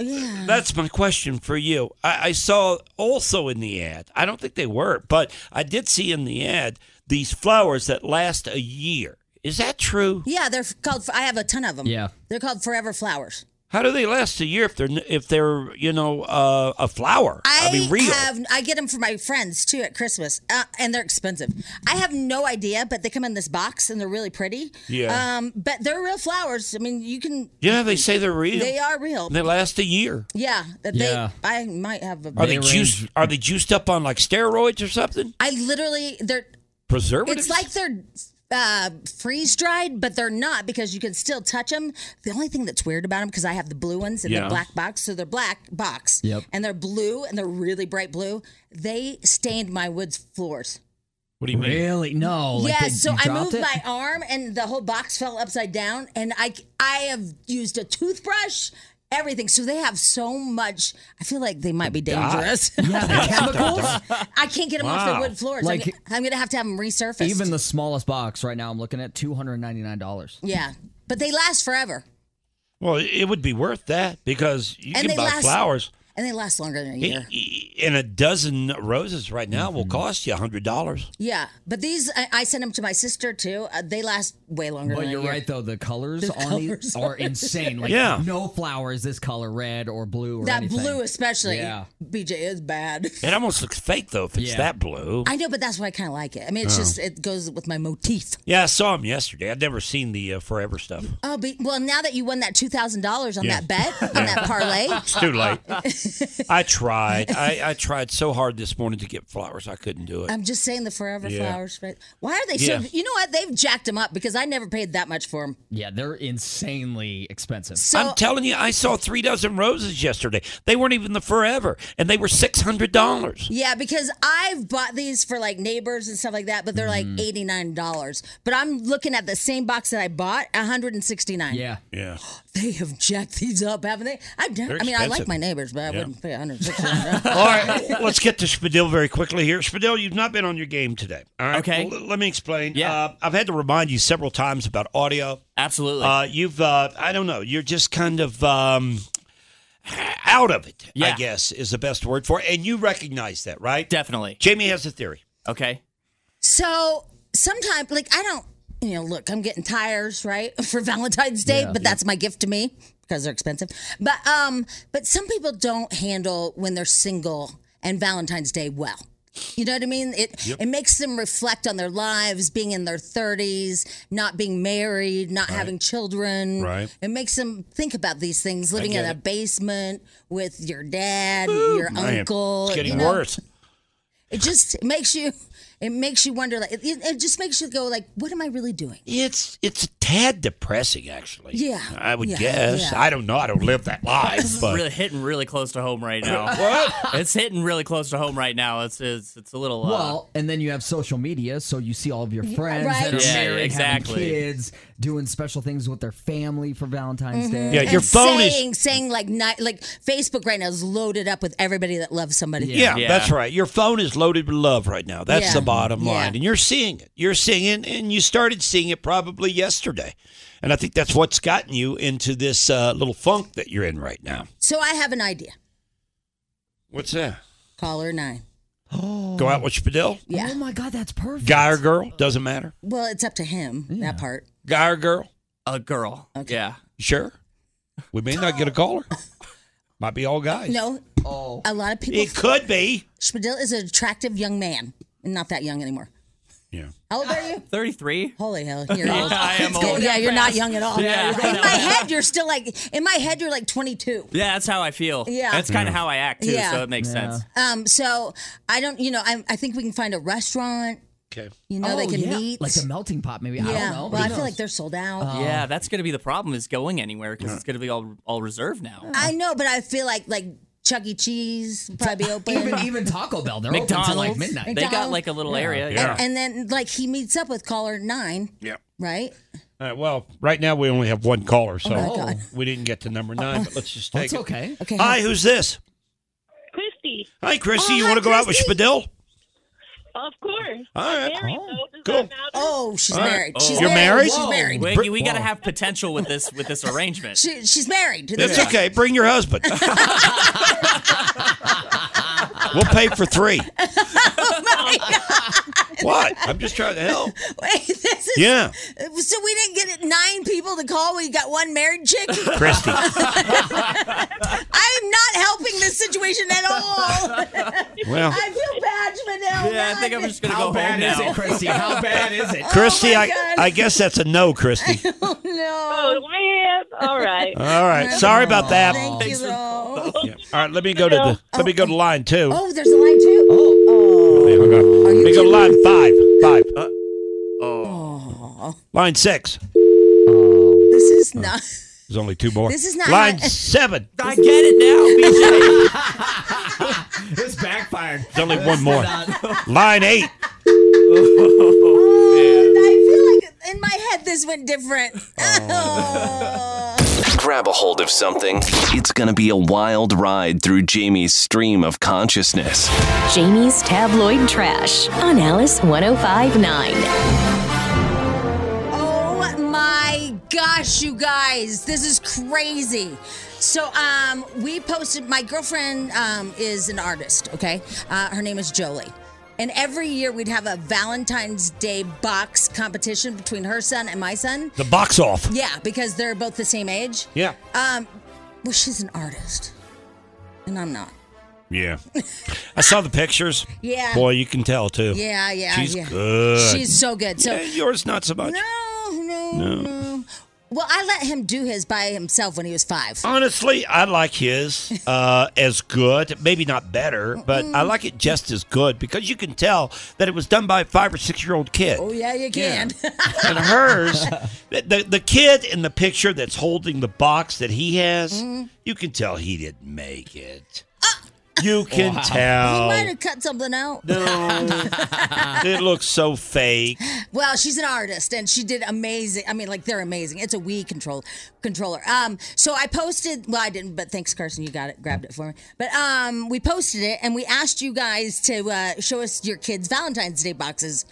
that's my question for you. I, I saw also in the ad. I don't think they were, but I did see in the ad these flowers that last a year. Is that true? Yeah, they're called, I have a ton of them. They're called forever flowers. How do they last a year if they're n- if they're you know uh, a flower? I, mean, real. have- I get them for my friends too at Christmas, uh, and they're expensive. I have no idea, but they come in this box and they're really pretty. Yeah. Um, but they're real flowers. I mean, you can. yeah, they say they're real. They are real. They last a year. Yeah. That Yeah. They, I might have a. Are they juiced? Are they juiced up on like steroids or something? I literally, they're. Preservatives? It's like they're uh, freeze dried, but they're not because you can still touch them. The only thing that's weird about them because I have the blue ones and Yeah. the black box, so they're black box. Yep. And they're blue and they're really bright blue. They stained my woods floors. what do you mean? Really? No. Like yeah, they- so you I dropped moved it? my arm and the whole box fell upside down, and I I have used a toothbrush. Everything. So they have so much. I feel like they might be dangerous. Yeah, the chemicals. I can't get them off the Wow. wood floors. Like- I'm, I'm going to have to have them resurfaced. Even the smallest box right now, I'm looking at two hundred ninety nine dollars. Yeah, but they last forever, Well, it would be worth that because you can And they buy last- flowers. and they last longer than a year. And a dozen roses right now will cost you a hundred dollars. Yeah, but these I, I send them to my sister too. Uh, they last way longer. But than you're a year. right though, the colors The on these colors are are- insane. Like Yeah. no flowers this color, red or blue or That anything. blue especially. Yeah. BJ is bad. It almost looks fake though if it's Yeah. that blue. I know, but that's why I kind of like it. I mean, it's Oh. just it goes with my motif. yeah, I saw them yesterday. I'd never seen the uh, forever stuff. Oh, but, well, now that you won that two thousand dollars on Yeah. that bet on that parlay, It's too late. I tried. I, I tried so hard this morning to get flowers. I couldn't do it. I'm just saying the forever Yeah. flowers. Right? Why are they Yeah. so? You know what? They've jacked them up because I never paid that much for them. Yeah, they're insanely expensive. I'm telling you, I saw three dozen roses yesterday. They weren't even the forever, and they were six hundred dollars. Yeah, because I've bought these for like neighbors and stuff like that, but they're Mm-hmm. like eighty nine dollars. But I'm looking at the same box that I bought, one hundred and sixty nine. yeah. they have jacked these up, haven't they? I've done, They're I mean, I expensive. like my neighbors, but I Yeah. wouldn't pay one hundred sixty nine. All right, let's get to Spadil very quickly here. Spadil, you've not been on your game today. All right. Okay. let me explain. Yeah. Uh, I've had to remind you several times about audio. Absolutely. Uh, you've, uh, I don't know, you're just kind of um, out of it, I Yeah. guess is the best word for it. And you recognize that, right? Definitely. Jamie has a theory. Okay. So sometimes, like, I don't, you know, look, I'm getting tires, right, for Valentine's Day, Yeah. but that's my gift to me because they're expensive. But um, but some people don't handle when they're single and Valentine's Day well. You know what I mean? It Yep. it makes them reflect on their lives, being in their 30s, not being married, not Right. having children. Right. It makes them think about these things, I living get in a it. basement with your dad, your Man, uncle. It's getting you know? worse. It just makes you. It makes you wonder. Like it, it just makes you go like, what am I really doing? It's it's a tad depressing, actually. Yeah, I would yeah, guess. yeah. I don't know. I don't live that This life. is But really hitting really close to home right now. what? It's hitting really close to home right now. It's it's, it's a little. Uh, Well, and then you have social media, so you see all of your friends right. that are Yeah, married, exactly. having kids, doing special things with their family for Valentine's Day. Yeah, your And phone is- saying, saying like not, like Facebook right now is loaded up with everybody that loves somebody. Yeah, that's right. Your phone is loaded with love right now. That's Yeah. the bottom Yeah. line. And you're seeing it. You're seeing it, and you started seeing it probably yesterday. And I think that's what's gotten you into this uh, little funk that you're in right now. So I have an idea. What's that? Caller nine. Go out with Spadil? Yeah. Oh my God, that's perfect. Guy or girl? Doesn't matter. Well, it's up to him. That part. Guy or girl? A girl. Okay. Yeah. Sure. We may not get a caller. Might be all guys. No. Oh. A lot of people. It could be. Spadil is an attractive young man, not that young anymore. Yeah. How old are you? 33. Holy hell. You're Yeah, old. I am It's good. old. Yeah, you're not young at all. Yeah. In my head, you're still like, in my head, you're like 22. Yeah, that's how I feel. Yeah. That's kind of Yeah. how I act too, Yeah. so it makes Yeah. sense. Um, so I don't, you know, I, I think we can find a restaurant. Okay. You know, they Oh, can yeah, meet. Like the melting pot, maybe. I don't know. Well, Who I feel knows? Uh, like they're sold out. yeah, Uh, that's going to be the problem is going anywhere because it's going to be all all reserved now. I know, but I feel like like Chuck E. Cheese probably be open. Even- even Taco Bell, they're open till, like, McDonald's. midnight. They got, like, a little area, And- yeah. And, then like he meets up with caller nine. Yeah. Right. All right, well, right now we only have one caller, so Oh my God. we didn't get to number nine, but let's just take That's it. okay. Okay. Hi, who's this? Christy. Hi, Oh, Chrissy. you want to go out with Spadil? Of course. All right. Cool. Oh, she's All right. married. Oh. She's You're married. married? She's married. Wait, we got to have potential with this with this arrangement. She, she's married. That's okay. Bring your husband. we'll pay for three. oh my God. What? I'm just trying to help. Wait, this is, Yeah. So we didn't get nine people to call. We got one married chick. Christy. I'm not helping this situation at all. Well- I feel bad for now. Yeah, I think I'm just gonna How go bad home is now. it, Christy? How bad is it? Christy, Oh, my I, God. I guess that's a no, Christy. Oh no. Oh man. All right. All right. Sorry about Oh, that. Thank you, though. Yeah. All right, let me go to the let me go to line two. Oh, there's a line too. Oh, They hung up. Let me go to line five. Five. oh. Uh, Line six. this is not. There's only two more. This is not line my- seven. I get it now, It's backfired. There's only one more. line eight. I feel like in my head this went different. Oh. Grab a hold of something. It's going to be a wild ride through Jamie's stream of consciousness. Jamie's Tabloid Trash on Alice 1059. Oh my gosh, you guys, this is crazy. So, um, we posted. My girlfriend um, is an artist. Okay, uh, her name is Jolie. And every year we'd have a Valentine's Day box competition between her son and my son. The box off. Uh, Yeah, because they're both the same age. Yeah. Um, well, she's an artist, and I'm not. Yeah. I saw the pictures. Yeah. Boy, you can tell too. Yeah, yeah, She's yeah. good. She's so good. So Yeah, yours not so much. No, no, No. no, Well, I let him do his by himself when he was five. Honestly, I like his uh, as good, maybe not better, but I like it just as good because you can tell that it was done by a five or six year old kid. Oh yeah, you can. and hers, the, the the kid in the picture that's holding the box that he has, Mm-hmm. you can tell he didn't make it. You can Uh. Wow. He might tell. have cut something out. it looks so fake. Well, she's an artist and she did amazing. I mean, like they're amazing. It's a Wii control controller. Um, so I posted. Well, I didn't, but thanks, Carson. You got it, grabbed it for me. But um, we posted it and we asked you guys to uh, show us your kids' Valentine's Day boxes.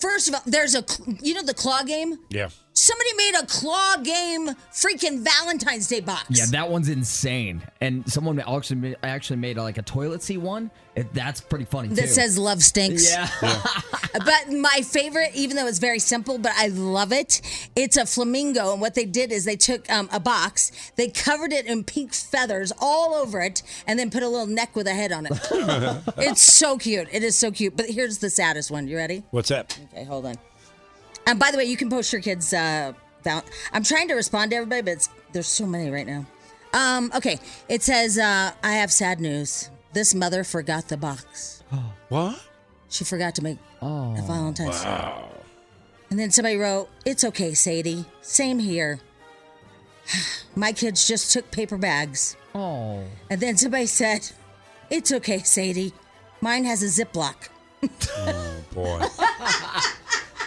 First of all, there's a cl- you know the claw game. Yeah. Somebody made a claw game freaking Valentine's Day box. Yeah, that one's insane. And someone actually ma- actually made like a toilet seat one. It, that's pretty funny That too. says love stinks. Yeah. but my favorite, even though it's very simple, but I love it. It's a flamingo, and what they did is they took um, a box, they covered it in pink feathers all over it, and then put a little neck with a head on it. it's so cute. It is so cute. But here's the saddest one. You ready? What's that? Okay, hold on. And by the way, you can post your kids. Uh, val- I'm trying to respond to everybody, but it's, there's so many right now. Um, okay, it says, uh, "I have sad news. This mother forgot the box. What? She forgot to make a Valentine's." Wow. And then somebody wrote, "It's okay, Sadie. Same here. My kids just took paper bags." Oh. And then somebody said, "It's okay, Sadie. Mine has a Ziploc." Boy.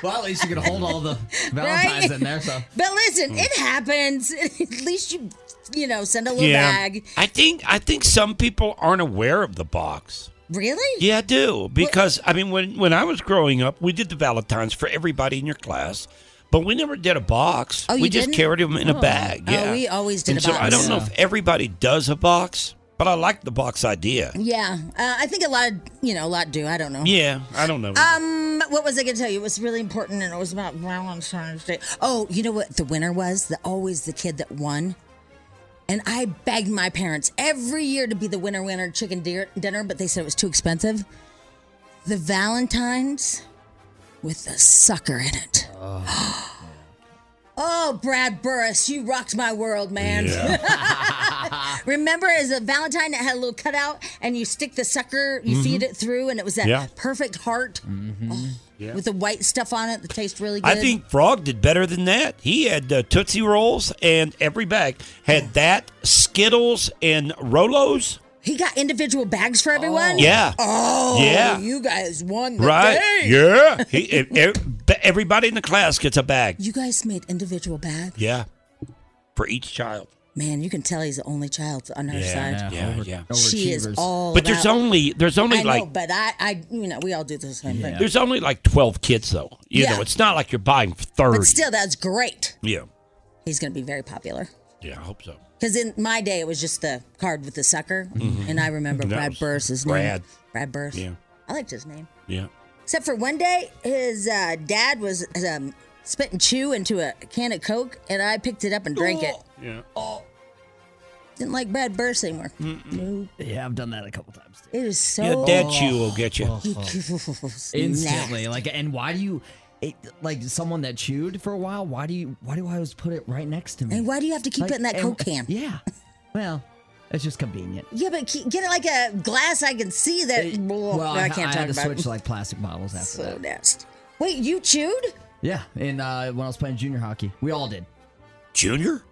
well, at least you can hold all the Valentines Right? in there. So But Hmm. listen, it happens. At least you, you know, send a little bag. I think I think some people aren't aware of the box. Really? Yeah, I do. Because I mean when when I was growing up, we did the Valentines for everybody in your class. But we never did a box. Oh, you we just didn't? carried them in Oh. a bag. Oh, Yeah. we always did and a So I box. don't know if everybody does a box, but I like the box idea. Yeah, uh, I think a lot of you know a lot do. I don't know. Yeah, I don't know. Um, what was I going to tell you? It was really important, and it was about Valentine's Day. Oh, you know what the winner was? The always the kid that won. And I begged my parents every year to be the winner, winner chicken deer, dinner, but they said it was too expensive. The Valentine's with the sucker in it. Oh, Brad Burris, you rocked my world, man. Remember, as a Valentine, it had a little cutout, and you stick the sucker, you Mhm. feed it through, and it was that Yeah. perfect heart. Yeah. with the white stuff on it that tastes really good. I think Frog did better than that. He had uh, Tootsie Rolls, and every bag had that, Skittles, and Rolos. he got individual bags for everyone. Yeah. Oh, Yeah. You guys won the Right? day. Yeah. He, e- e- everybody in the class gets a bag. You guys made individual bags. Yeah. For each child. Man, you can tell he's the only child on her Yeah, side. yeah, Over- yeah. She is overachievers. all. But there's about- only- there's only, I know, like- But I, I, you know, we all do the same thing. There's only like 12 kids, though. You Yeah. know, it's not like you're buying 30. But still, that's great. yeah. He's going to be very popular. Yeah, I hope so. Because in my day, it was just the card with the sucker, Mhm. and I remember That Brad was Burse is Brad. name. Brad Burse. Yeah. I liked his name. Yeah. Except for one day, his uh, dad was um, spitting chew into a can of Coke, and I picked it up and drank it. Yeah. Didn't like Brad Burse anymore. Yeah, I've done that a couple times. It is so. yeah, Dad Chew will get you. Oh. instantly. Like, and why do you? It, like someone that chewed for a while. Why do you? Why do I always put it right next to me? And why do you have to keep Like, it in that and- Coke can? Yeah. Well, it's just convenient. Yeah, but ke- get it like a glass I can see that. Well, I, I can't had talk to about switch it. to like plastic bottles after so that. nasty. Wait, you chewed? Yeah, and uh, when I was playing junior hockey, we all did. Junior?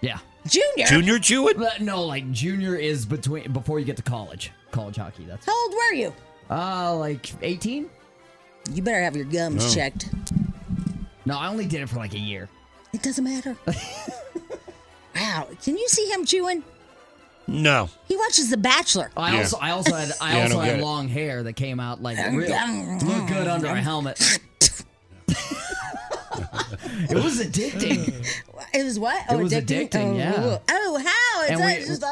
Yeah. Junior? Junior chewing? But no, like junior is between before you get to college. College hockey. That's How old were you? Uh, like 18? You better have your gums No. checked. no. I only did it for like a year. It doesn't matter. wow. Can you see him chewing? No. He watches The Bachelor. I Yeah. also I also had I Yeah, I also don't get had it. long hair that came out like real, look good under a helmet. it was addicting. It was what? It was addicting, Oh, yeah. ugh. Oh, how? It's And like- we- it's just uh,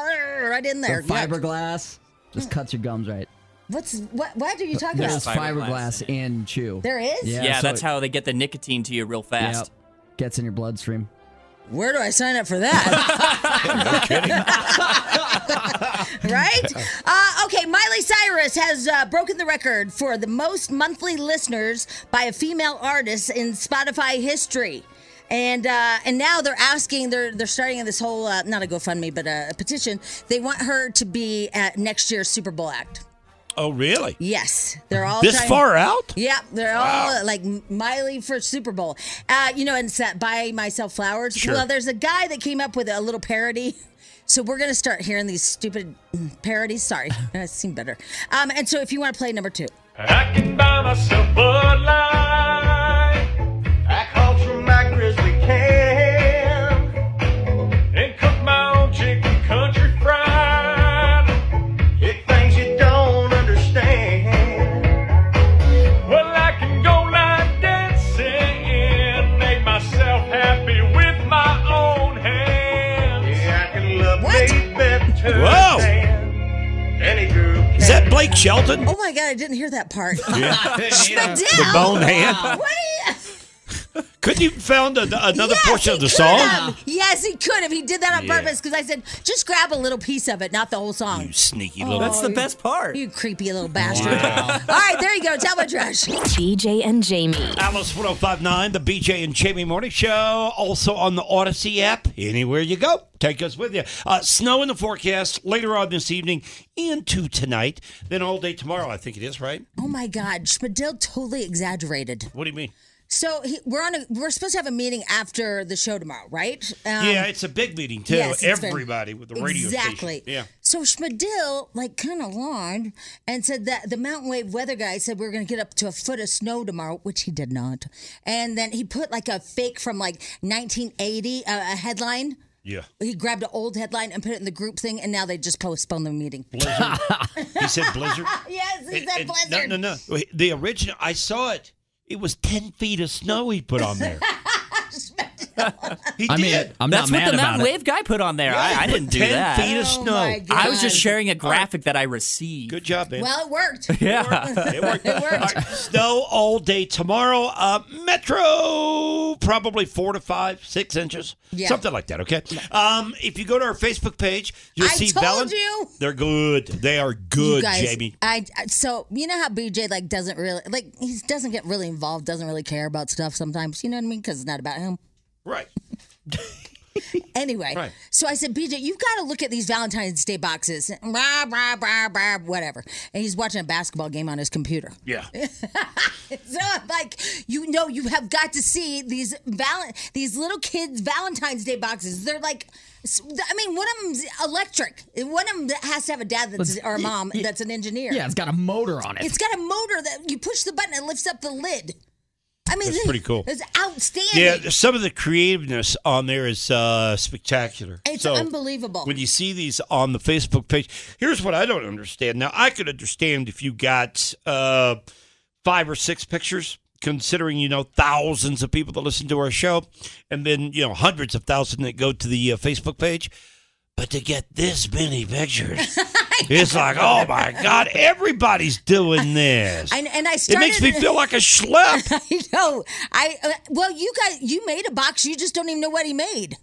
right in The there. Yuck. fiberglass just cuts your gums right. What's what? What are you talking There's about? fiberglass in chew. There is? Yeah, so that's it- how they get the nicotine to you real fast. Yep. Gets in your bloodstream. Where do I sign up for that? right? Uh, okay, Miley Cyrus has uh, broken the record for the most monthly listeners by a female artist in Spotify history. And uh, and now they're asking they're they're starting this whole uh, not a GoFundMe but a, petition. They want her to be at next year's Super Bowl act. Oh, really? Yes, they're all This trying- far out? Yep, they're Wow. all uh, like Miley for Super Bowl. Uh, you know, and it's that buy myself flowers. Sure. Well, there's a guy that came up with a little parody. So we're gonna start hearing these stupid mm, parodies. Sorry, that seemed better. Um, and so if you want to play number two, I can buy myself Bud Light. I call from my grizzly can and cook my own chicken country fried. It things you don't understand. Well, I can go line dancing and make myself happy with my own hands. Yeah, I can love me better Whoa. than any girl. Is that Blake Shelton? oh my god, I didn't hear that part. Yeah. Spadell! The bone hand. What are you- Couldn't you found a, another Yes, portion he of the could song? have. Yes, he could have. He did that on Yeah. purpose because I said just grab a little piece of it, not the whole song. Sneaky Oh, little. you- You creepy little bastard. Wow. All right, there you go. Tell my trash. BJ and Jamie. Alice 1059, the BJ and Jamie Morning Show, also on the Odyssey app. Anywhere you go, take us with you. Uh, snow in the forecast later on this evening into tonight, then all day tomorrow, I think it is, right? Oh my God, Schmidl totally exaggerated. What do you mean? So he, we're on. A, we're supposed to have a meeting after the show tomorrow, right? Um, yeah, it's a big meeting, too. yes, it's very- Everybody with the radio Exactly. station. Yeah. So Schmidl like kind of lied and said that the mountain wave weather guy said we are going to get up to a foot of snow tomorrow, which he did not. And then he put like a fake from like 1980 uh, a headline. Yeah. He grabbed an old headline and put it in the group thing, and now they just postponed the meeting. Blizzard. He said blizzard. yes, he It- said it- blizzard. No, no, no. The original, I saw it. It was 10 feet of snow he put on there. he I did. mean, I'm not That's what mad the about Mountain it. Wave guy put on there. I- I didn't do that. 10 feet of Oh snow. my I was just sharing a graphic that I received. Good job, man. Well, it worked. yeah. It worked. All right, snow all day tomorrow. Uh, Metro, probably four to five, six inches, Yeah. something like that. Okay. Um, if you go to our Facebook page, you'll I see told Valen- you. They're good. They are You good, guys, Jamie. I I- so you know how BJ like doesn't really like he doesn't get really involved, doesn't really care about stuff sometimes. You know what I mean? Because it's not about him. Right. Anyway, so I said, BJ, you've got to look at these Valentine's Day boxes. Blah, blah, blah, blah, whatever. And he's watching a basketball game on his computer. Yeah. so I'm like, you know, you have got to see these val- these little kids' Valentine's Day boxes. They're like, s- I mean, one of them's electric. One of them has to have a dad that's, or a mom that's an engineer. Yeah, it's got a motor on it. It's got a motor that you push the button, it lifts up the lid. I mean, That's this- pretty cool. It's outstanding. Yeah, some of the creativeness on there is uh, spectacular. It's So, unbelievable. When you see these on the Facebook page, here's what I don't understand. Now, I could understand if you got uh, five or six pictures, considering, you know, thousands of people that listen to our show, and then, you know, hundreds of thousands that go to the uh, Facebook page. But to get this many pictures, it's like, oh my God, everybody's doing this. And, and I it started. makes me feel like a schlep. I know. I uh, well, you guys, you made a box. You just don't even know what he made.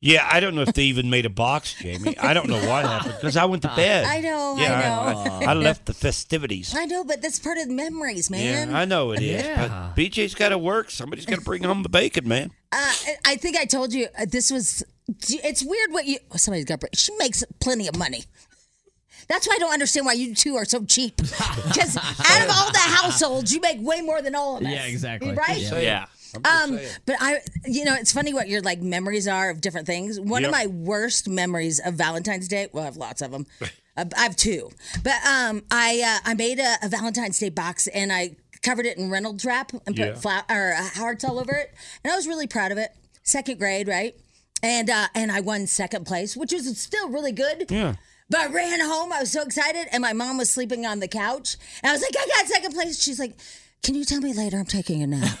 Yeah, I don't know if they even made a box, Jamie. I don't know why that happened because I went to bed. I know, I know. I, I left the festivities. I know, but that's part of the memories, man. Yeah, I know it is. Yeah. But BJ's got to work. Somebody's got to bring home the bacon, man. Uh, I think I told you uh, this was. It's weird what you. oh, Somebody's got. She makes plenty of money. That's why I don't understand why you two are so cheap. Because out of all the households, you make way more than all of us. Yeah, exactly. Right? Yeah. Yeah. Um, but I, you know, it's funny what your like memories are of different things. One of Yep. my worst memories of Valentine's Day. Well, I have lots of them. I I have two, but um, I uh, I made a, a Valentine's Day box and I covered it in Reynolds wrap and put Yeah. flower or uh, hearts all over it, and I was really proud of it. Second grade, right? And uh, and I won second place, which was still really good. Yeah. But I ran home. I was so excited, and my mom was sleeping on the couch, and I was like, "I got second place." She's like, "Can you tell me later? I'm taking a nap."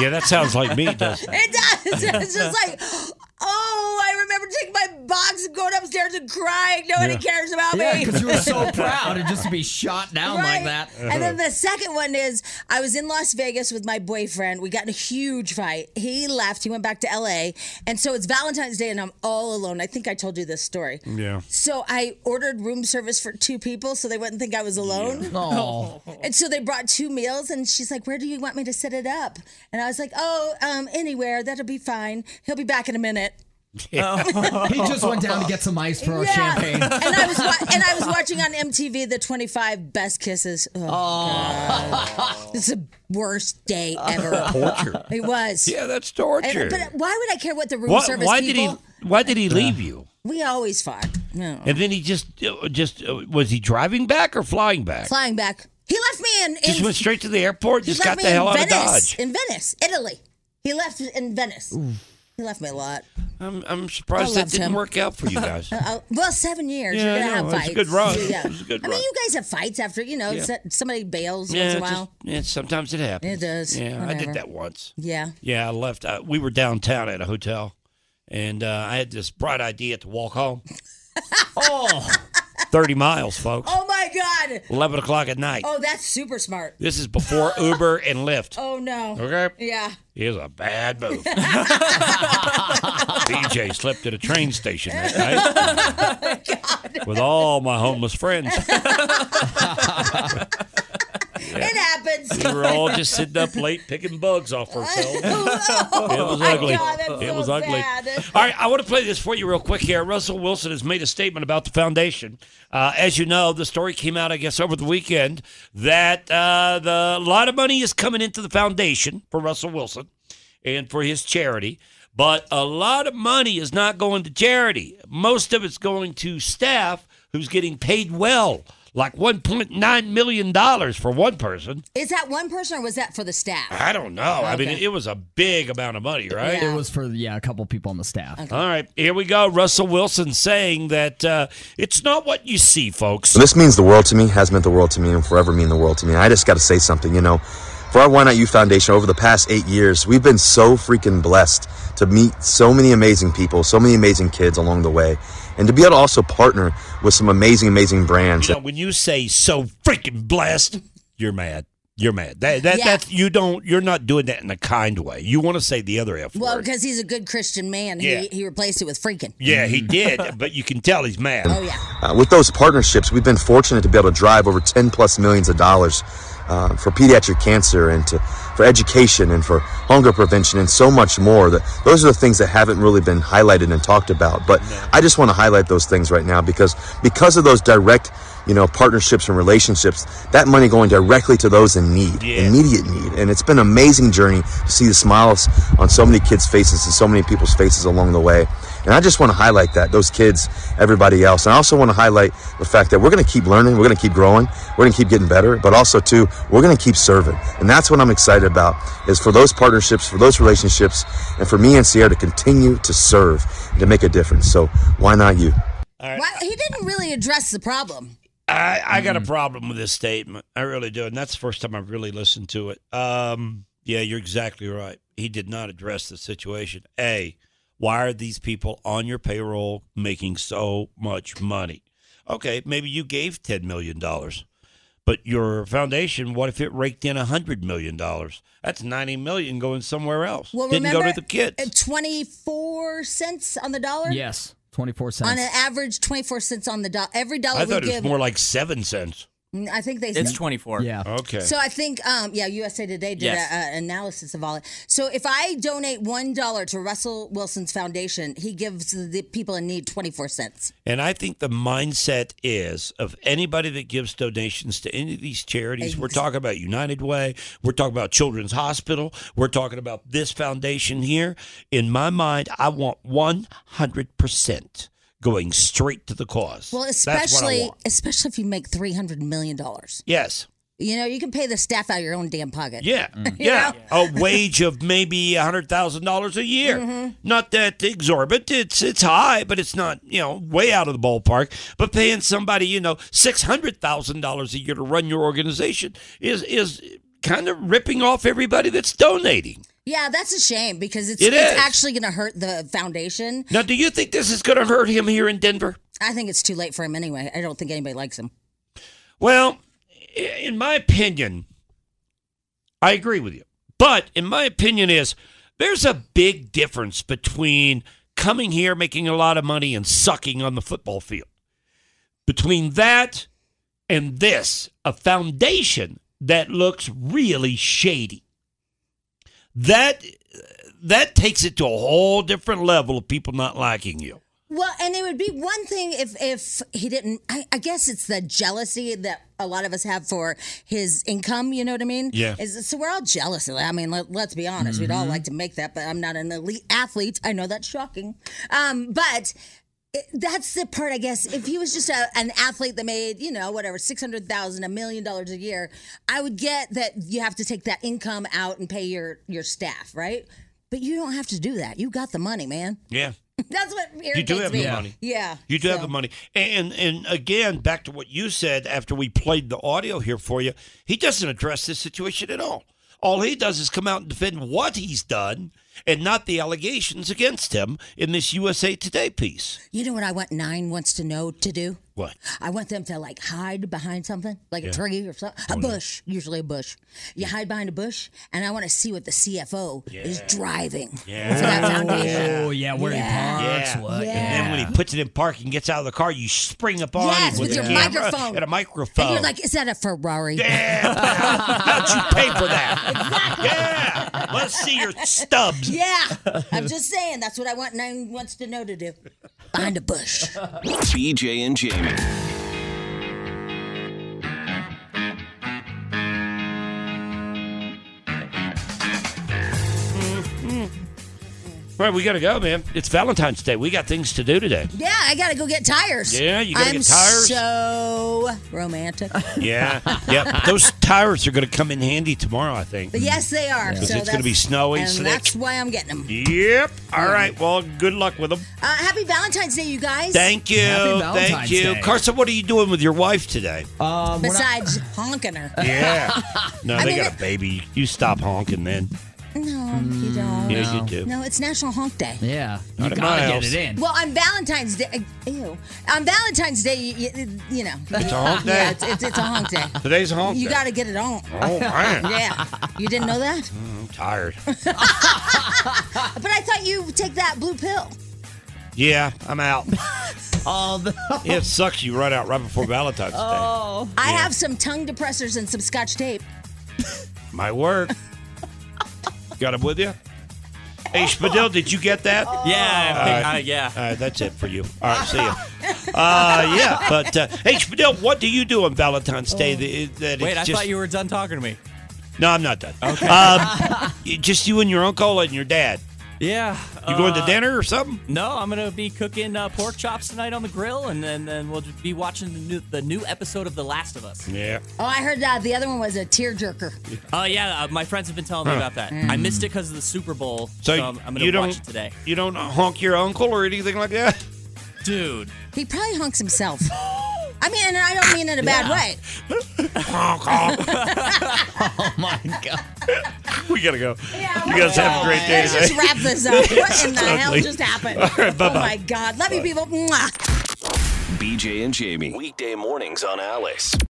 Yeah, that sounds like me, doesn't it? It does. It's just like, oh, I remember taking my box and going upstairs and crying. Nobody Yeah. cares about me. Yeah, because you were so proud and just to be shot down Right. like that. And then the second one is I was in Las Vegas with my boyfriend. We got in a huge fight. He left. He went back to LA. And so it's Valentine's Day and I'm all alone. I think I told you this story. Yeah. So I ordered room service for two people so they wouldn't think I was alone. Aw. And so they brought two meals and she's like, Where do you want me to set it up? And I was like, Oh, um, anywhere. That'll be fine. He'll be back in a minute. he just went down to get some ice for our champagne. And I was wa- and I was watching on MTV the 25 best kisses. Oh, God. this is the worst day ever. Torture. It was. Yeah, that's And- torture. but why would I care what the room Why- service why did people? he? Why did he leave you? We always fought. No. And then he just uh, just uh, was he driving back or flying back? Flying back. He left me in, in Just went straight to the airport. he Just left got me the hell in out of Venice, Dodge. In Venice, Italy. He left in Venice. He left me a lot. I'm I'm surprised I that loved didn't him. work out for you guys. Uh, well, seven years. Yeah, I You're gonna know. have It was a fights. good run. Yeah. It was a good I run. mean, you guys have fights after you know Yeah. so- somebody bails yeah, once in a just- while. yeah, sometimes it happens. It does. Yeah, I Whatever. did that once. Yeah. Yeah, I left. Uh, we were downtown at a hotel, and uh, I had this bright idea to walk home. oh, 30 miles, folks. Oh my God. 11 o'clock at night. Oh, that's super smart. This is before Uber and Lyft. Oh no. Okay. Yeah. Here's a bad move. BJ slept at a train station that Oh, night with all my homeless friends. It happens. We were all just sitting up late picking bugs off ourselves. it was my ugly. God, Oh, that's it so was ugly. sad. All right, I want to play this for you real quick here. Russell Wilson has made a statement about the foundation. Uh, as you know, the story came out, I guess, over the weekend that uh, the a lot of money is coming into the foundation for Russell Wilson and for his charity. But a lot of money is not going to charity. Most of it's going to staff who's getting paid well, like $1.9 million for one person. Is that one person or was that for the staff? I don't know. I mean, Okay. it was a big amount of money, right? It was for yeah, a couple people on the staff. All right, here we go. Russell Wilson saying that uh, it's not what you see, folks. So this means the world to me, has meant the world to me, and will forever mean the world to me. I just got to say something, you know. For our Why Not You Foundation, over the past eight years, we've been so freaking blessed to meet so many amazing people, so many amazing kids along the way, and to be able to also partner with some amazing, amazing brands. You know, when you say so freaking blessed, you're mad. You're mad. That that Yeah. that's you don't you're not doing that in a kind way. You want to say the other F Well, word. because he's a good Christian man. Yeah. He, he replaced it with freaking. Yeah, he did, but you can tell he's mad. Oh yeah. Uh, with those partnerships, we've been fortunate to be able to drive over 10 plus millions of dollars uh, for pediatric cancer and to, for education and for hunger prevention and so much more. That those are the things that haven't really been highlighted and talked about. But I just want to highlight those things right now because because of those direct you know partnerships and relationships that money going directly to those in need immediate need and it's been an amazing journey to see the smiles on so many kids faces and so many people's faces along the way and i just want to highlight that those kids everybody else and i also want to highlight the fact that we're going to keep learning we're going to keep growing we're going to keep getting better but also too we're going to keep serving and that's what i'm excited about is for those partnerships for those relationships and for me and sierra to continue to serve and to make a difference so why not you Why, he didn't really address the problem. I, I got a problem with this statement. I really do. And that's the first time I've really listened to it. Um, yeah, you're exactly right. He did not address the situation. A, why are these people on your payroll making so much money? Okay, maybe you gave $10 million, but your foundation, what if it raked in $100 million? That's $90 million going somewhere else. Well, Didn't remember, go to the kids. Twenty four cents on the dollar. Yes, twenty four cents. on an average, twenty four cents on the dollar. Every dollar I we thought it was give. more like seven cents. Mm, I think they. It's 24. Yeah. Okay. So I think, um, yeah, USA Today did Yes. an analysis of all it. So if I donate one dollar to Russell Wilson's foundation, he gives the people in need twenty four cents. And I think the mindset is of anybody that gives donations to any of these charities. We're talking about United Way. We're talking about Children's Hospital. We're talking about this foundation here. In my mind, I want 100% going straight to the cause. Well, That's what I especially want. especially if you make three hundred million dollars. Yes. You know, you can pay the staff out of your own damn pocket. Yeah. You Yeah. know? A wage of maybe $100,000 a year. Mhm. Not that exorbitant. It's it's high, but it's not, you know, way out of the ballpark. But paying somebody, you know, $600,000 a year to run your organization is is kind of ripping off everybody that's donating. Yeah, that's a shame because it's, It it's is. actually going to hurt the foundation. Now, do you think this is going to hurt him here in Denver? I think it's too late for him anyway. I don't think anybody likes him. Well, i- in my opinion, I agree with you. But in my opinion is there's a big difference between coming here making a lot of money and sucking on the football field. Between that and this, a foundation that looks really shady. That that takes it to a whole different level of people not liking you. Well, and it would be one thing if if he didn't. I, I guess it's the jealousy that a lot of us have for his income. You know what I mean? Yeah. Is, so we're all jealous. of that. I mean, let, let's be honest. We'd all Mhm. like to make that, but I'm not an elite athlete. I know that's shocking. Um, but. it- That's the part, I guess. If he was just a, an athlete that made, you know, whatever, 600000 a million dollars a year, I would get that you have to take that income out and pay your, your staff, right? But you don't have to do that. You got the money, man. Yeah. That's what irritates You do have me. the money. Yeah. You do have so. the money. And and again, back to what you said after we played the audio here for you, he doesn't address this situation at all. All he does is come out and defend what he's done and not the allegations against him in this USA Today piece. You know what I want nine wants to know to do? What? I want them to like hide behind something, like Yeah. Oh, a tree or something, a bush, usually a bush. You hide behind a bush, and I want to see what the CFO is driving. Yeah. For that foundation. Oh yeah, where he parks. Yeah. What? And then when he puts it in park and gets out of the car, you spring up on Yes, him with a your camera microphone. And a microphone. And you're like, is that a Ferrari? How'd you pay for that? Yeah. Let's see your stubs. Yeah. I'm just saying, that's what I want nine wants to know to do. Behind a bush. BJ and Jamie. Right, we gotta go, man. It's Valentine's Day. We got things to do today. Yeah, I gotta go get tires. Yeah, you gotta I'm get tires. So romantic. Yeah, yeah. But those tires are going to come in handy tomorrow, I think. But yes, they are. Because So it's going to that's- be snowy, and slick. That's why I'm getting them. Yep. All right. Well, good luck with them. Uh, happy Valentine's Day, you guys. Thank you. Thank Valentine's you, Day. Carson. What are you doing with your wife today? Um, Besides honking her. yeah. No, I they mean, got a baby. You stop honking, man. No, you don't. Yeah, you do. No, it's National Honk Day. Yeah. Not you at gotta my get house. it in. Well, on Valentine's Day, uh, ew. On Valentine's Day, you, you, you know. It's a honk day. Yeah, it's, it's, it's a honk day. Today's a honk You day. got to get it on. Oh, man. Yeah. You didn't know that? Mm, I'm tired. But I thought you take that blue pill. Yeah, I'm out. oh, It sucks you run out right before Valentine's Day. I have some tongue depressors and some scotch tape. Might work. Got him with you? Hey, Spadil, did you get Oh. that? Yeah, I think- uh, All I- yeah. All right, that's it for you. All right, see you. Uh, yeah, but uh, hey, Spadil, what do you do on Valentine's Day? That, that Oh. Wait, it's I just- thought you were done talking to me. No, I'm not done. Okay. Um, you- just you and your uncle and your dad. Yeah. You going to uh, dinner or something? No, I'm gonna be cooking uh, pork chops tonight on the grill, and then then we'll be watching the new the new episode of The Last of Us. Yeah. Oh, I heard that the other one was a tearjerker. Oh yeah, uh, my friends have been telling me Huh. about that. I missed it because of the Super Bowl, so, Um, I'm, I'm gonna you don't watch it today. you don't honk your uncle or anything like that, dude. He probably honks himself. I mean, and I don't mean in a bad Yeah. way. honk oh my god, we gotta go. you guys have a great day Let's today. just wrap this up. What in the hell Totally. just happened? All right, oh bye-bye. my God. Love you, people. Mwah. BJ and Jamie. Weekday mornings on Alice.